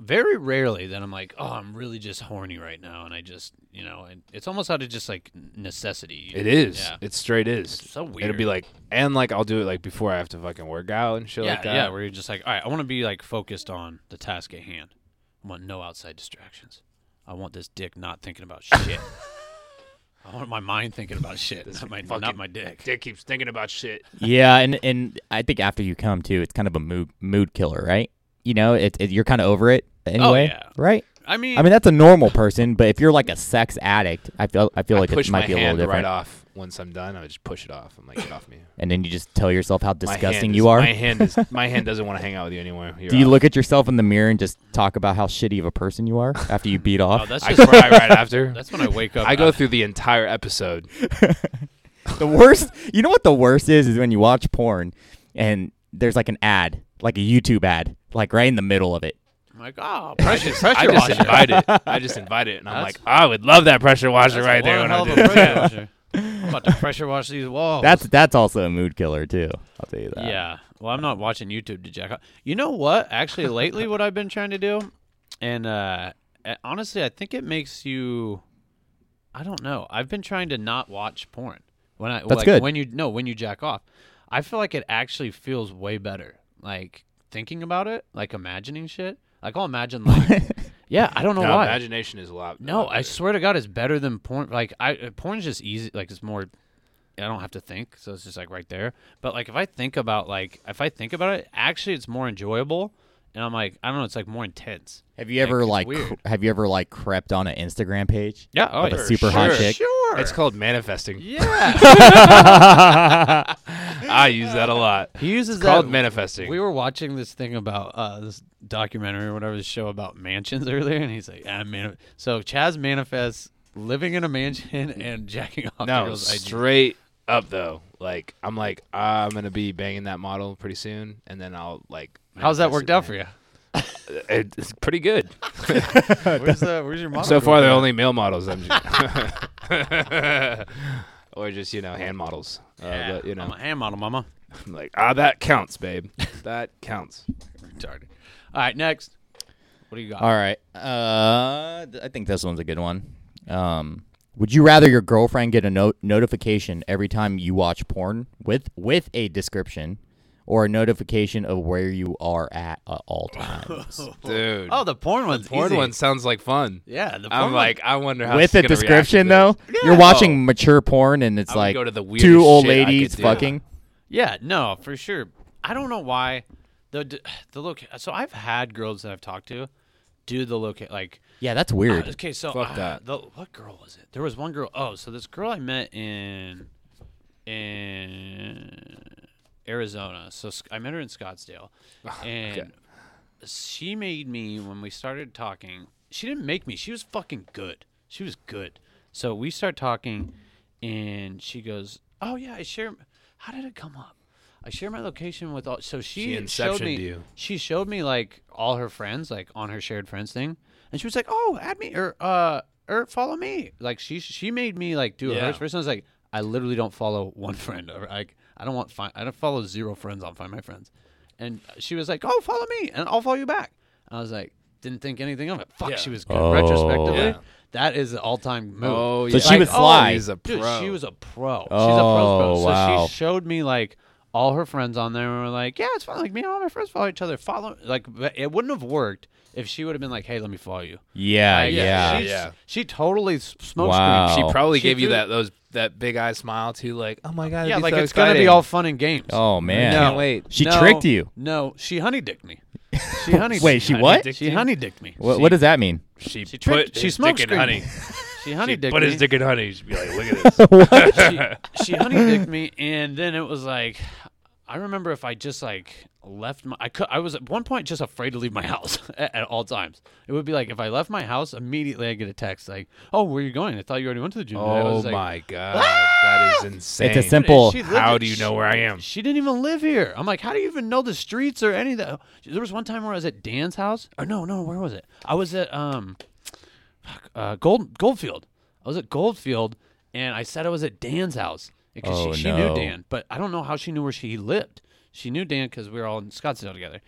[SPEAKER 4] very rarely that I'm like, oh, I'm really just horny right now, and I just, you know, and it's almost out of just like necessity.
[SPEAKER 6] it is.
[SPEAKER 4] Yeah.
[SPEAKER 6] It straight is.
[SPEAKER 4] so
[SPEAKER 6] It'll
[SPEAKER 4] weird.
[SPEAKER 6] be like, and like I'll do it like before I have to fucking work out and shit
[SPEAKER 4] yeah,
[SPEAKER 6] like that.
[SPEAKER 4] yeah. Where you're just like, all right, I want to be like focused on the task at hand. I want no outside distractions. I want this dick not thinking about shit. I want my mind thinking about shit, not my, not
[SPEAKER 6] fucking
[SPEAKER 4] my dick.
[SPEAKER 6] Dick keeps thinking about shit.
[SPEAKER 7] yeah, and and I think after you come too, it's kind of a mood mood killer, right? You know, it, it you're kind of over it anyway,
[SPEAKER 4] yeah.
[SPEAKER 7] right?
[SPEAKER 4] I mean,
[SPEAKER 7] Oh, I mean, that's a normal person, but if you're like a sex addict, I feel I feel
[SPEAKER 6] I
[SPEAKER 7] like
[SPEAKER 6] push
[SPEAKER 7] it might
[SPEAKER 6] my
[SPEAKER 7] be a little
[SPEAKER 6] hand
[SPEAKER 7] different.
[SPEAKER 6] right off once I'm done. I would just push it off. I'm like, get off me.
[SPEAKER 7] and then you just tell yourself how
[SPEAKER 6] My hand
[SPEAKER 7] disgusting
[SPEAKER 6] is-
[SPEAKER 7] you are.
[SPEAKER 6] My hand is. My hand doesn't want to hang out with you anymore. You're
[SPEAKER 7] Do you
[SPEAKER 6] off.
[SPEAKER 7] look at yourself in the mirror and just talk about how shitty of a person you are after you beat
[SPEAKER 4] oh,
[SPEAKER 7] off?
[SPEAKER 4] that's
[SPEAKER 6] I
[SPEAKER 4] just
[SPEAKER 6] cry right after.
[SPEAKER 4] that's when I wake up.
[SPEAKER 6] I go through the entire episode.
[SPEAKER 7] The worst, you know what the worst is, is when you watch porn and there's like an ad, like a YouTube ad, like right in the middle of it.
[SPEAKER 4] I'm like, oh, pressure,
[SPEAKER 6] I
[SPEAKER 4] pressure
[SPEAKER 6] just
[SPEAKER 4] washer.
[SPEAKER 6] invite it. I just invite it, and I'm
[SPEAKER 4] That's-
[SPEAKER 6] like, I would love that pressure washer
[SPEAKER 4] That's
[SPEAKER 6] right there.
[SPEAKER 4] one
[SPEAKER 6] When I
[SPEAKER 4] hell
[SPEAKER 6] do
[SPEAKER 4] of a
[SPEAKER 6] that.
[SPEAKER 4] pressure washer. I'm about to pressure wash these walls.
[SPEAKER 7] That's that's also a mood killer too. I'll tell you that.
[SPEAKER 4] Yeah. Well, I'm not watching YouTube to jack off. You know what? Actually, lately, what I've been trying to do, and uh, uh, honestly, I think it makes you. I don't know. I've been trying to not watch porn when I like,
[SPEAKER 7] good.
[SPEAKER 4] when you no when you jack off. I feel like it actually feels way better. Like thinking about it, like imagining shit. Like I'll imagine like, yeah, I don't know
[SPEAKER 6] No,
[SPEAKER 4] why.
[SPEAKER 6] imagination is a lot.
[SPEAKER 4] No,
[SPEAKER 6] uh,
[SPEAKER 4] I swear to God, it's better than porn. Like, I uh, porn's just easy. Like, it's more. I don't have to think, so it's just like right there. But like, if I think about like, if I think about it, actually, it's more enjoyable. And I'm like, I don't know, it's like more intense.
[SPEAKER 7] Have you ever
[SPEAKER 4] it's
[SPEAKER 7] like
[SPEAKER 4] weird.
[SPEAKER 7] cr- have you ever like crept on an Instagram page?
[SPEAKER 4] Yeah. Oh,
[SPEAKER 7] Of a
[SPEAKER 4] yeah.
[SPEAKER 7] super hot
[SPEAKER 6] Sure.
[SPEAKER 7] chick.
[SPEAKER 4] Sure.
[SPEAKER 6] It's called manifesting.
[SPEAKER 4] yeah.
[SPEAKER 6] I use that a lot.
[SPEAKER 4] he uses that.
[SPEAKER 6] called manifesting.
[SPEAKER 4] We were watching this thing about uh, this documentary or whatever, this show about mansions earlier, and he's like, ah, man. So Chaz manifests living in a mansion and jacking off. to
[SPEAKER 6] no,
[SPEAKER 4] girls' IG.
[SPEAKER 6] straight up though. Like I'm like I'm gonna be banging that model pretty soon, and then I'll like.
[SPEAKER 4] How's that worked
[SPEAKER 6] manifest it
[SPEAKER 4] out for you?
[SPEAKER 6] in- It- It's pretty good.
[SPEAKER 4] Where's the Where's your model?
[SPEAKER 6] so
[SPEAKER 4] from?
[SPEAKER 6] far, they're only male models. I'm just or just you know hand models. Uh,
[SPEAKER 4] Yeah,
[SPEAKER 6] but, you know,
[SPEAKER 4] I'm a hand model, mama.
[SPEAKER 6] I'm like ah, that counts, babe. That counts.
[SPEAKER 4] Retarded. All right, next. What do you got?
[SPEAKER 7] All right. Uh, th- I think this one's a good one. Um, would you rather your girlfriend get a no- notification every time you watch porn with with a description, or a notification of where you are at at all times?
[SPEAKER 6] Dude.
[SPEAKER 4] Oh, the porn one's
[SPEAKER 6] porn
[SPEAKER 4] easy.
[SPEAKER 6] one sounds like fun.
[SPEAKER 4] Yeah, the porn
[SPEAKER 6] I'm
[SPEAKER 4] one-
[SPEAKER 6] like, I wonder how
[SPEAKER 7] with
[SPEAKER 6] she's
[SPEAKER 7] a
[SPEAKER 6] gonna react to
[SPEAKER 7] description
[SPEAKER 6] this.
[SPEAKER 7] though, you're
[SPEAKER 4] Yeah.
[SPEAKER 7] watching mature porn and
[SPEAKER 6] I
[SPEAKER 7] it's
[SPEAKER 6] would
[SPEAKER 7] like
[SPEAKER 6] go to the weirdest
[SPEAKER 7] two old
[SPEAKER 6] shit I could
[SPEAKER 7] ladies
[SPEAKER 6] do.
[SPEAKER 7] fucking.
[SPEAKER 4] Yeah, no, for sure. I don't know why the d- the look. So I've had girls that I've talked to do the loca like.
[SPEAKER 7] Yeah, that's weird.
[SPEAKER 4] Okay, so
[SPEAKER 6] Fuck
[SPEAKER 4] uh,
[SPEAKER 6] that.
[SPEAKER 4] The, what girl was it? There was one girl. Oh, so this girl I met in in Arizona. So Sc- I met her in Scottsdale, and she made me when we started talking. She didn't make me. She was fucking good. She was good. So we start talking, and she goes, "Oh yeah, I share. How did it come up? I share my location with all. So she,
[SPEAKER 6] She
[SPEAKER 4] showed me.
[SPEAKER 6] inceptioned you.
[SPEAKER 4] She showed me like all her friends, like on her shared friends thing, and she was like, "Oh, add me or uh or follow me." Like she she made me like do
[SPEAKER 6] Yeah.
[SPEAKER 4] hers first. And I was like, I literally don't follow one friend. Or like I don't want find I don't follow zero friends on Find My Friends, and she was like, "Oh, follow me, and I'll follow you back." I was like, didn't think anything of it. Fuck,
[SPEAKER 6] Yeah. Oh,
[SPEAKER 4] she was good. Retrospectively,
[SPEAKER 6] Yeah.
[SPEAKER 4] that is an all time move.
[SPEAKER 6] Oh,
[SPEAKER 7] So
[SPEAKER 6] yeah.
[SPEAKER 7] she would fly.
[SPEAKER 6] He's a pro.
[SPEAKER 4] Dude, she was a pro. She's a pro's pro.
[SPEAKER 7] Oh,
[SPEAKER 4] So
[SPEAKER 7] wow.
[SPEAKER 4] she showed me like all her friends on there and were like, "Yeah, it's fine. Like me and all my friends follow each other. Follow like but it wouldn't have worked if she would have been like, "Hey, let me follow you."
[SPEAKER 7] Yeah,
[SPEAKER 4] Like,
[SPEAKER 7] yeah.
[SPEAKER 4] She,
[SPEAKER 6] Yeah.
[SPEAKER 4] she totally smoke
[SPEAKER 7] Wow.
[SPEAKER 6] She
[SPEAKER 7] Oh.
[SPEAKER 6] probably
[SPEAKER 4] She
[SPEAKER 6] gave you
[SPEAKER 4] threw-
[SPEAKER 6] that those that big eye smile too, like oh my god,
[SPEAKER 4] Yeah,
[SPEAKER 6] it'd be
[SPEAKER 4] like
[SPEAKER 6] so
[SPEAKER 4] it's gonna be
[SPEAKER 6] exciting.
[SPEAKER 4] all fun and games.
[SPEAKER 7] Oh man,
[SPEAKER 4] No.
[SPEAKER 6] Can't wait.
[SPEAKER 7] She
[SPEAKER 4] No,
[SPEAKER 7] tricked you.
[SPEAKER 4] No, she honey dicked me. She honey.
[SPEAKER 7] Wait, she what?
[SPEAKER 6] dicked
[SPEAKER 4] She
[SPEAKER 6] you?
[SPEAKER 4] honey dicked me.
[SPEAKER 7] What, what does that mean?
[SPEAKER 6] She, she
[SPEAKER 4] tricked-
[SPEAKER 6] put
[SPEAKER 4] she
[SPEAKER 6] his
[SPEAKER 4] smoke
[SPEAKER 6] dick in
[SPEAKER 4] screened
[SPEAKER 6] honey.
[SPEAKER 4] me. She honey
[SPEAKER 6] She
[SPEAKER 4] dicked
[SPEAKER 6] put
[SPEAKER 4] me.
[SPEAKER 6] his dick in honey. She'd be like, look at this.
[SPEAKER 4] she, she honey dicked me, and then it was like, I remember if I just like left my, I could, I was at one point just afraid to leave my house at, at all times. It would be like if I left my house immediately, I get a text like, "Oh, where are you going? I thought you already went to the gym." today." I
[SPEAKER 6] oh
[SPEAKER 4] was like,
[SPEAKER 6] my god, that is insane.
[SPEAKER 7] It's a simple.
[SPEAKER 4] She lived
[SPEAKER 6] How
[SPEAKER 4] in-
[SPEAKER 6] do you
[SPEAKER 4] she-
[SPEAKER 6] know where I am?
[SPEAKER 4] She didn't even live here. I'm like, how do you even know the streets or any of that? There was one time where I was at Dan's house. Or no, no, where was it? I was at um, fuck, uh, Gold Goldfield. I was at Goldfield, and I said I was at Dan's house because
[SPEAKER 7] Oh,
[SPEAKER 4] she, she knew
[SPEAKER 7] no.
[SPEAKER 4] Dan, but I don't know how she knew where she lived. She knew Dan because we were all in Scottsdale together.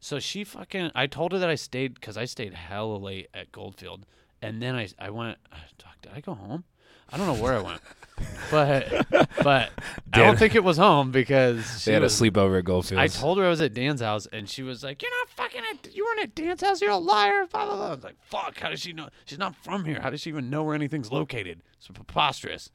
[SPEAKER 4] So she fucking. I told her that I stayed because I stayed hella late at Goldfield, and then I I went. fuck, Did I go home? I don't know where I went. But but I
[SPEAKER 6] Dan-
[SPEAKER 4] don't think it was home because she
[SPEAKER 6] They had a
[SPEAKER 4] was-
[SPEAKER 6] sleepover at Goldfields.
[SPEAKER 4] I told her I was at Dan's house, and she was like, "You're not fucking at. You weren't at Dan's house. You're a liar." Blah blah blah. I was like, "Fuck! How does she know? She's not from here. How does she even know where anything's located? It's preposterous."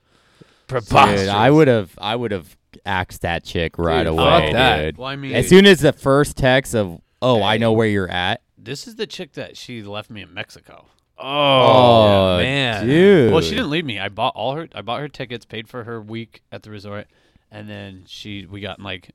[SPEAKER 6] preposterous.
[SPEAKER 7] Dude, I would have, I would have axed that chick right
[SPEAKER 6] Dude,
[SPEAKER 7] away,
[SPEAKER 6] fuck that.
[SPEAKER 7] dude.
[SPEAKER 4] Well, I mean,
[SPEAKER 7] As soon as the first text of, oh, I know where you're at.
[SPEAKER 4] this is the chick that she left me in Mexico.
[SPEAKER 6] Oh, man,
[SPEAKER 7] dude.
[SPEAKER 4] Well, she didn't leave me. I bought all her. I bought her tickets, paid for her week at the resort, and then she we got in like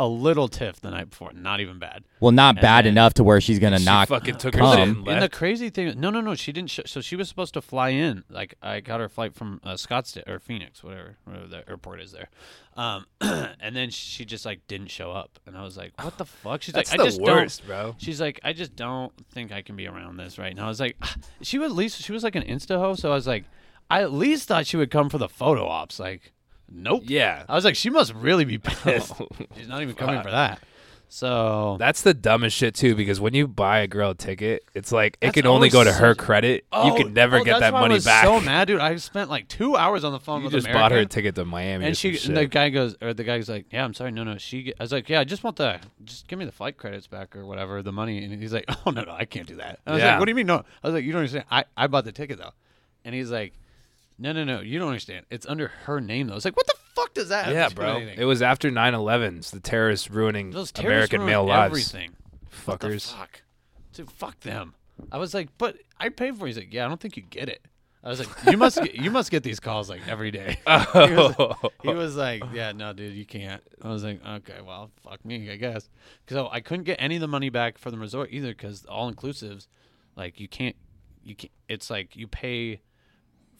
[SPEAKER 4] a little tiff the night before. Not even bad.
[SPEAKER 7] Well, not
[SPEAKER 4] And
[SPEAKER 7] bad
[SPEAKER 4] then-
[SPEAKER 7] enough to where she's gonna
[SPEAKER 6] She
[SPEAKER 7] knock.
[SPEAKER 6] fucking took her
[SPEAKER 7] cum.
[SPEAKER 6] shit and
[SPEAKER 4] And the
[SPEAKER 6] left.
[SPEAKER 4] crazy thing, no, no, no, she didn't. Sh- so she was supposed to fly in. Like I got her flight from uh, Scottsdale or Phoenix, whatever, whatever the airport is there. Um, and then she just like didn't show up, and I was like, "What the fuck?" She's
[SPEAKER 6] That's
[SPEAKER 4] like,
[SPEAKER 6] the
[SPEAKER 4] "I just
[SPEAKER 6] worst,
[SPEAKER 4] don't,
[SPEAKER 6] bro.
[SPEAKER 4] She's like, "I just don't think I can be around this right now." I was like, ah. "She was at least she was like an insta ho," so I was like, "I at least thought she would come for the photo ops." Like, nope.
[SPEAKER 6] Yeah.
[SPEAKER 4] I was like, "She must really be pissed. She's not even coming for that." So
[SPEAKER 6] That's the dumbest shit too, because when you buy a girl a ticket, it's like it
[SPEAKER 4] That's
[SPEAKER 6] can only
[SPEAKER 4] always
[SPEAKER 6] go to
[SPEAKER 4] such
[SPEAKER 6] her
[SPEAKER 4] a-
[SPEAKER 6] credit.
[SPEAKER 4] Oh,
[SPEAKER 6] you can never
[SPEAKER 4] oh,
[SPEAKER 6] get
[SPEAKER 4] that's
[SPEAKER 6] that
[SPEAKER 4] why
[SPEAKER 6] money
[SPEAKER 4] I was
[SPEAKER 6] back.
[SPEAKER 4] So mad, dude! I spent like two hours on the phone
[SPEAKER 6] You
[SPEAKER 4] with
[SPEAKER 6] just
[SPEAKER 4] American,
[SPEAKER 6] bought her a ticket to Miami,
[SPEAKER 4] and
[SPEAKER 6] or some
[SPEAKER 4] she,
[SPEAKER 6] shit.
[SPEAKER 4] and the guy goes, or the guy's like, "Yeah, I'm sorry, no, no." She, I was like, "Yeah, I just want the, just give me the flight credits back or whatever, the money." And he's like, "Oh no, no, I can't do that." And I was
[SPEAKER 6] Yeah.
[SPEAKER 4] like, "What do you mean no?" I was like, "You don't understand. I, I bought the ticket though," and he's like, "No, no, no, you don't understand. It's under her name though." It's like, "What the fuck does that?" have
[SPEAKER 6] Yeah,
[SPEAKER 4] to do with
[SPEAKER 6] bro.
[SPEAKER 4] anything?
[SPEAKER 6] It was after 9/11, it's the terrorists ruining
[SPEAKER 4] Those terrorists
[SPEAKER 6] American
[SPEAKER 4] ruined
[SPEAKER 6] male lives.
[SPEAKER 4] Everything.
[SPEAKER 6] Fuckers.
[SPEAKER 4] The fuck? Dude, fuck them. I was like, but I paid for it. He's like, yeah, I don't think you get it. I was like, you must get, you must get these calls like every day.
[SPEAKER 6] Oh.
[SPEAKER 4] he, was, he was like, yeah, no, dude, you can't. I was like, okay, well, fuck me, I guess. So I couldn't get any of the money back for the resort either because all inclusives, like you can't, you can't. It's like you pay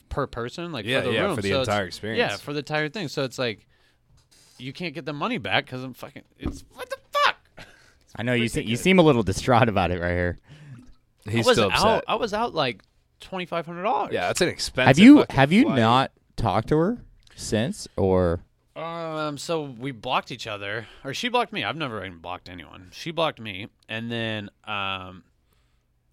[SPEAKER 4] per person, like
[SPEAKER 6] Yeah,
[SPEAKER 4] for the
[SPEAKER 6] yeah,
[SPEAKER 4] room.
[SPEAKER 6] for the
[SPEAKER 4] So it's-
[SPEAKER 6] entire experience.
[SPEAKER 4] Yeah, for the entire thing. So it's like you can't get the money back because I'm fucking. It's what the fuck.
[SPEAKER 7] I know you se- you seem a little distraught about it right here.
[SPEAKER 6] He's
[SPEAKER 4] I was
[SPEAKER 6] still upset.
[SPEAKER 4] out. I was out like twenty five hundred dollars.
[SPEAKER 6] yeah, that's an expensive.
[SPEAKER 7] Have you
[SPEAKER 6] fucking
[SPEAKER 7] have you
[SPEAKER 6] flight.
[SPEAKER 7] not talked to her since or
[SPEAKER 4] Um, so we blocked each other, or she blocked me. I've never even blocked anyone. She blocked me, and then um,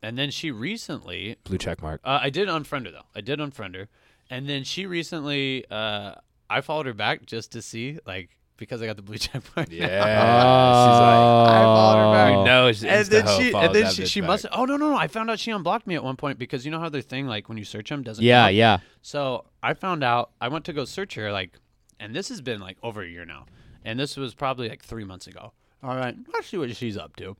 [SPEAKER 4] and then she recently.
[SPEAKER 6] blue check mark?
[SPEAKER 4] Uh, I did unfriend her though. I did unfriend her, and then she recently. Uh, I followed her back just to see, like, because I got the blue check mark.
[SPEAKER 6] Yeah,
[SPEAKER 4] Uh, I followed her back.
[SPEAKER 6] she's like,
[SPEAKER 7] Oh.
[SPEAKER 6] who knows?
[SPEAKER 4] and then
[SPEAKER 6] Instaho
[SPEAKER 4] she,
[SPEAKER 6] followed
[SPEAKER 4] and then
[SPEAKER 6] that
[SPEAKER 4] she,
[SPEAKER 6] bitch
[SPEAKER 4] she
[SPEAKER 6] back.
[SPEAKER 4] must. Oh no, no, no! I found out she unblocked me at one point because you know how their thing, like when you search them, doesn't.
[SPEAKER 7] Yeah,
[SPEAKER 4] come up?
[SPEAKER 7] yeah.
[SPEAKER 4] So I found out. I went to go search her, like, and this has been like over a year now, and this was probably like three months ago. All right, let's see what she's up to.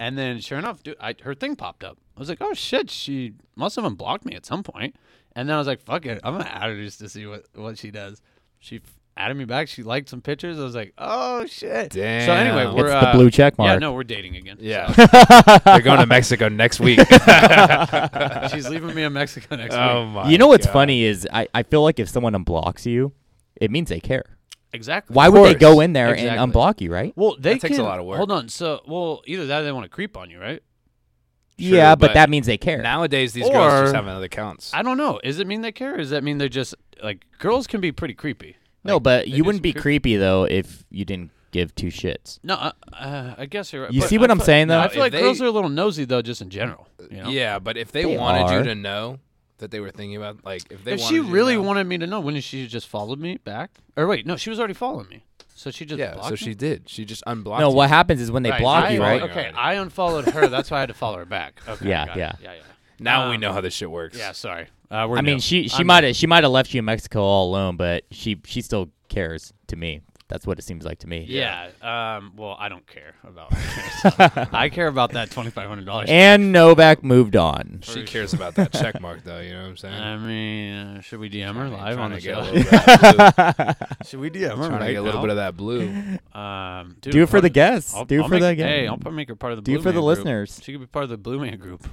[SPEAKER 4] And then, sure enough, dude, I, her thing popped up. I was like, "Oh shit, she must have unblocked me at some point." And then I was like, "Fuck it, I'm gonna add her just to see what what she does." She f- added me back. She liked some pictures. I was like, "Oh shit." So anyway,
[SPEAKER 6] Damn.
[SPEAKER 4] we're
[SPEAKER 7] It's the
[SPEAKER 4] uh,
[SPEAKER 7] blue check
[SPEAKER 4] Yeah,
[SPEAKER 7] mark.
[SPEAKER 4] no, we're dating again.
[SPEAKER 6] Yeah, they're going to Mexico next week.
[SPEAKER 4] So she's leaving me in Mexico next
[SPEAKER 6] oh
[SPEAKER 4] week.
[SPEAKER 6] my!
[SPEAKER 7] You know what's
[SPEAKER 6] God.
[SPEAKER 7] funny is I, I feel like if someone unblocks you, it means they care.
[SPEAKER 4] Exactly.
[SPEAKER 7] Why would they
[SPEAKER 6] course.
[SPEAKER 7] go in there and
[SPEAKER 4] Exactly.
[SPEAKER 7] unblock you, right?
[SPEAKER 4] Well, they
[SPEAKER 6] That takes a
[SPEAKER 4] can-
[SPEAKER 6] lot of work.
[SPEAKER 4] Hold on. So, well, either that or they want to creep on you, right?
[SPEAKER 7] yeah, but,
[SPEAKER 6] but-
[SPEAKER 7] that means they care.
[SPEAKER 6] Nowadays, these
[SPEAKER 4] Or-
[SPEAKER 6] girls just have other accounts.
[SPEAKER 4] I don't know. Does it mean they care? Or does that mean they're just like girls can be pretty creepy?
[SPEAKER 7] no,
[SPEAKER 4] Like,
[SPEAKER 7] but
[SPEAKER 4] they
[SPEAKER 7] you
[SPEAKER 4] do
[SPEAKER 7] wouldn't
[SPEAKER 4] some
[SPEAKER 7] be
[SPEAKER 4] creep-
[SPEAKER 7] creepy though if you didn't give two shits.
[SPEAKER 4] No, uh, uh, I guess you're right.
[SPEAKER 7] You
[SPEAKER 4] But
[SPEAKER 7] see what
[SPEAKER 4] I
[SPEAKER 7] I'm
[SPEAKER 4] feel-
[SPEAKER 7] saying though?
[SPEAKER 4] I feel like
[SPEAKER 6] If they-
[SPEAKER 4] girls are a little nosy though, just in general. You know?
[SPEAKER 6] Yeah, but if they,
[SPEAKER 7] They
[SPEAKER 6] wanted
[SPEAKER 7] are.
[SPEAKER 6] you to know that they were thinking about, like, if they
[SPEAKER 4] if
[SPEAKER 6] wanted
[SPEAKER 4] she
[SPEAKER 6] you to
[SPEAKER 4] really
[SPEAKER 6] know-
[SPEAKER 4] wanted me to know, wouldn't she just followed me back? Or wait, no, she was already following me, so she just
[SPEAKER 6] yeah,
[SPEAKER 4] blocked
[SPEAKER 6] so
[SPEAKER 4] me?
[SPEAKER 6] she did. She just unblocked.
[SPEAKER 7] No,
[SPEAKER 6] you.
[SPEAKER 7] what happens is when they
[SPEAKER 4] Right,
[SPEAKER 7] block
[SPEAKER 4] I
[SPEAKER 7] you,
[SPEAKER 4] unfollowed-
[SPEAKER 7] right?
[SPEAKER 6] follow-
[SPEAKER 4] Okay, I unfollowed her. That's why I had to follow her back. Okay,
[SPEAKER 7] Yeah,
[SPEAKER 4] got it.
[SPEAKER 7] yeah.
[SPEAKER 4] yeah, yeah.
[SPEAKER 6] Now we
[SPEAKER 4] Um,
[SPEAKER 6] know how this shit works.
[SPEAKER 4] Yeah, sorry. Uh, we're
[SPEAKER 7] I mean,
[SPEAKER 4] new.
[SPEAKER 7] she she
[SPEAKER 4] I'm-
[SPEAKER 7] might have she might have left you in Mexico all alone, but she she still cares to me. That's what it seems like to me.
[SPEAKER 4] Yeah. Um, well, I don't care about. I care about that twenty five hundred dollars.
[SPEAKER 7] And Novak moved on.
[SPEAKER 6] She cares about that check mark, though. You know what I'm saying?
[SPEAKER 4] I mean, uh, should we DM her live
[SPEAKER 6] Trying
[SPEAKER 4] on
[SPEAKER 6] to
[SPEAKER 4] the
[SPEAKER 6] get a
[SPEAKER 4] show?
[SPEAKER 6] little bit of that
[SPEAKER 4] should we DM her
[SPEAKER 6] blue. Trying to
[SPEAKER 4] right
[SPEAKER 6] get a little
[SPEAKER 4] now?
[SPEAKER 6] bit of that blue.
[SPEAKER 4] Um, dude,
[SPEAKER 7] Do it for
[SPEAKER 4] part-
[SPEAKER 7] the guests.
[SPEAKER 4] I'll-
[SPEAKER 7] Do it
[SPEAKER 4] I'll
[SPEAKER 7] for
[SPEAKER 4] make-
[SPEAKER 7] the guests.
[SPEAKER 4] Hey, I'll probably make her part of the.
[SPEAKER 7] Do it
[SPEAKER 4] Blue
[SPEAKER 7] for the
[SPEAKER 4] Man group.
[SPEAKER 7] listeners.
[SPEAKER 4] She could be part of the Blue Man group.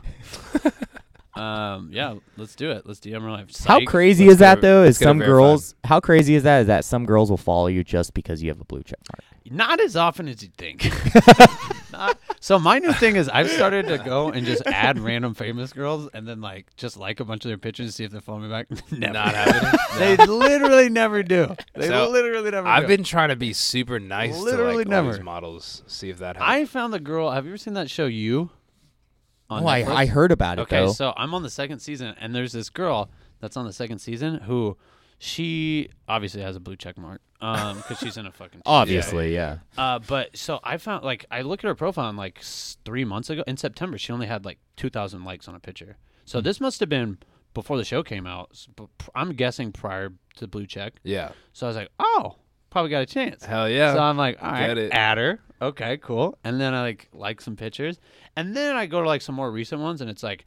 [SPEAKER 4] um, yeah, let's do it. Let's DM her live.
[SPEAKER 7] How
[SPEAKER 4] Psych.
[SPEAKER 7] crazy
[SPEAKER 6] Let's
[SPEAKER 7] is that
[SPEAKER 6] get a-
[SPEAKER 7] though? Is
[SPEAKER 6] let's get a
[SPEAKER 7] some
[SPEAKER 6] verified.
[SPEAKER 7] girls? How crazy is that? Is that some girls will follow you just because you have a blue check mark?
[SPEAKER 4] Not as often as you think. Not- so my new thing is I've started to go and just add random famous girls and then like just like a bunch of their pictures and see if they follow me back. never.
[SPEAKER 6] Not happening.
[SPEAKER 4] They literally never do. They
[SPEAKER 6] So,
[SPEAKER 4] literally never. do.
[SPEAKER 6] I've been trying to be super nice to
[SPEAKER 4] Literally
[SPEAKER 6] like all
[SPEAKER 4] never.
[SPEAKER 6] these models. See if that helps.
[SPEAKER 4] I found the girl. Have you ever seen that show? You. On
[SPEAKER 7] Oh, I,
[SPEAKER 4] Netflix?
[SPEAKER 7] I heard about it
[SPEAKER 4] Okay,
[SPEAKER 7] though.
[SPEAKER 4] so I'm on the second season, and there's this girl that's on the second season who she obviously has a blue check mark because she's in a fucking.
[SPEAKER 6] Oh,
[SPEAKER 7] Obviously, yeah.
[SPEAKER 4] Uh, but so I found like I look at her profile and like s- three months ago in September she only had like two thousand likes on a picture. So
[SPEAKER 6] Hmm.
[SPEAKER 4] this must have been before the show came out. s- b- pr- I'm guessing prior to blue check.
[SPEAKER 6] yeah.
[SPEAKER 4] So I was like, oh, probably got a chance.
[SPEAKER 6] Hell yeah.
[SPEAKER 4] So I'm like, all right,
[SPEAKER 6] Get it.
[SPEAKER 4] add her. Okay, cool. And then I like like some pictures, and then I go to like some more recent ones, and it's like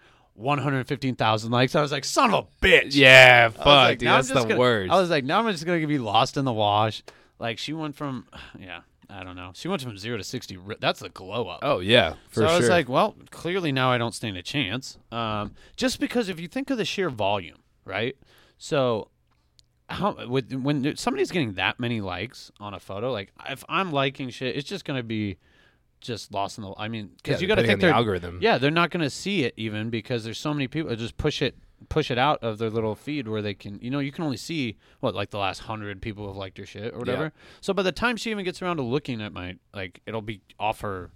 [SPEAKER 4] 115,000 likes. I was like, son of a bitch.
[SPEAKER 6] Yeah. Fuck,
[SPEAKER 4] I was like,
[SPEAKER 6] dude.
[SPEAKER 4] now I'm
[SPEAKER 6] That's
[SPEAKER 4] just
[SPEAKER 6] the
[SPEAKER 4] gonna-
[SPEAKER 6] worst.
[SPEAKER 4] I was like, now I'm just gonna be lost in the wash. Like she went from, yeah, I don't know. She went from zero to 60. ri- That's a glow up.
[SPEAKER 6] oh yeah,
[SPEAKER 4] so
[SPEAKER 6] for sure.
[SPEAKER 4] I was like, well, clearly now I don't stand a chance. Um, just because if you think of the sheer volume, right? So how with when there- somebody's getting that many likes on a photo, like if I'm liking shit, it's just gonna be just lost in the. I mean,
[SPEAKER 6] yeah,
[SPEAKER 4] because you got to
[SPEAKER 6] depending on
[SPEAKER 4] think
[SPEAKER 6] the
[SPEAKER 4] they're
[SPEAKER 6] algorithm.
[SPEAKER 4] yeah, they're not gonna see it even because there's so many people that just push it push it out of their little feed where they can you know you can only see what like the last hundred people have liked your shit or whatever. So by the time she even gets around to looking at my like, it'll be off her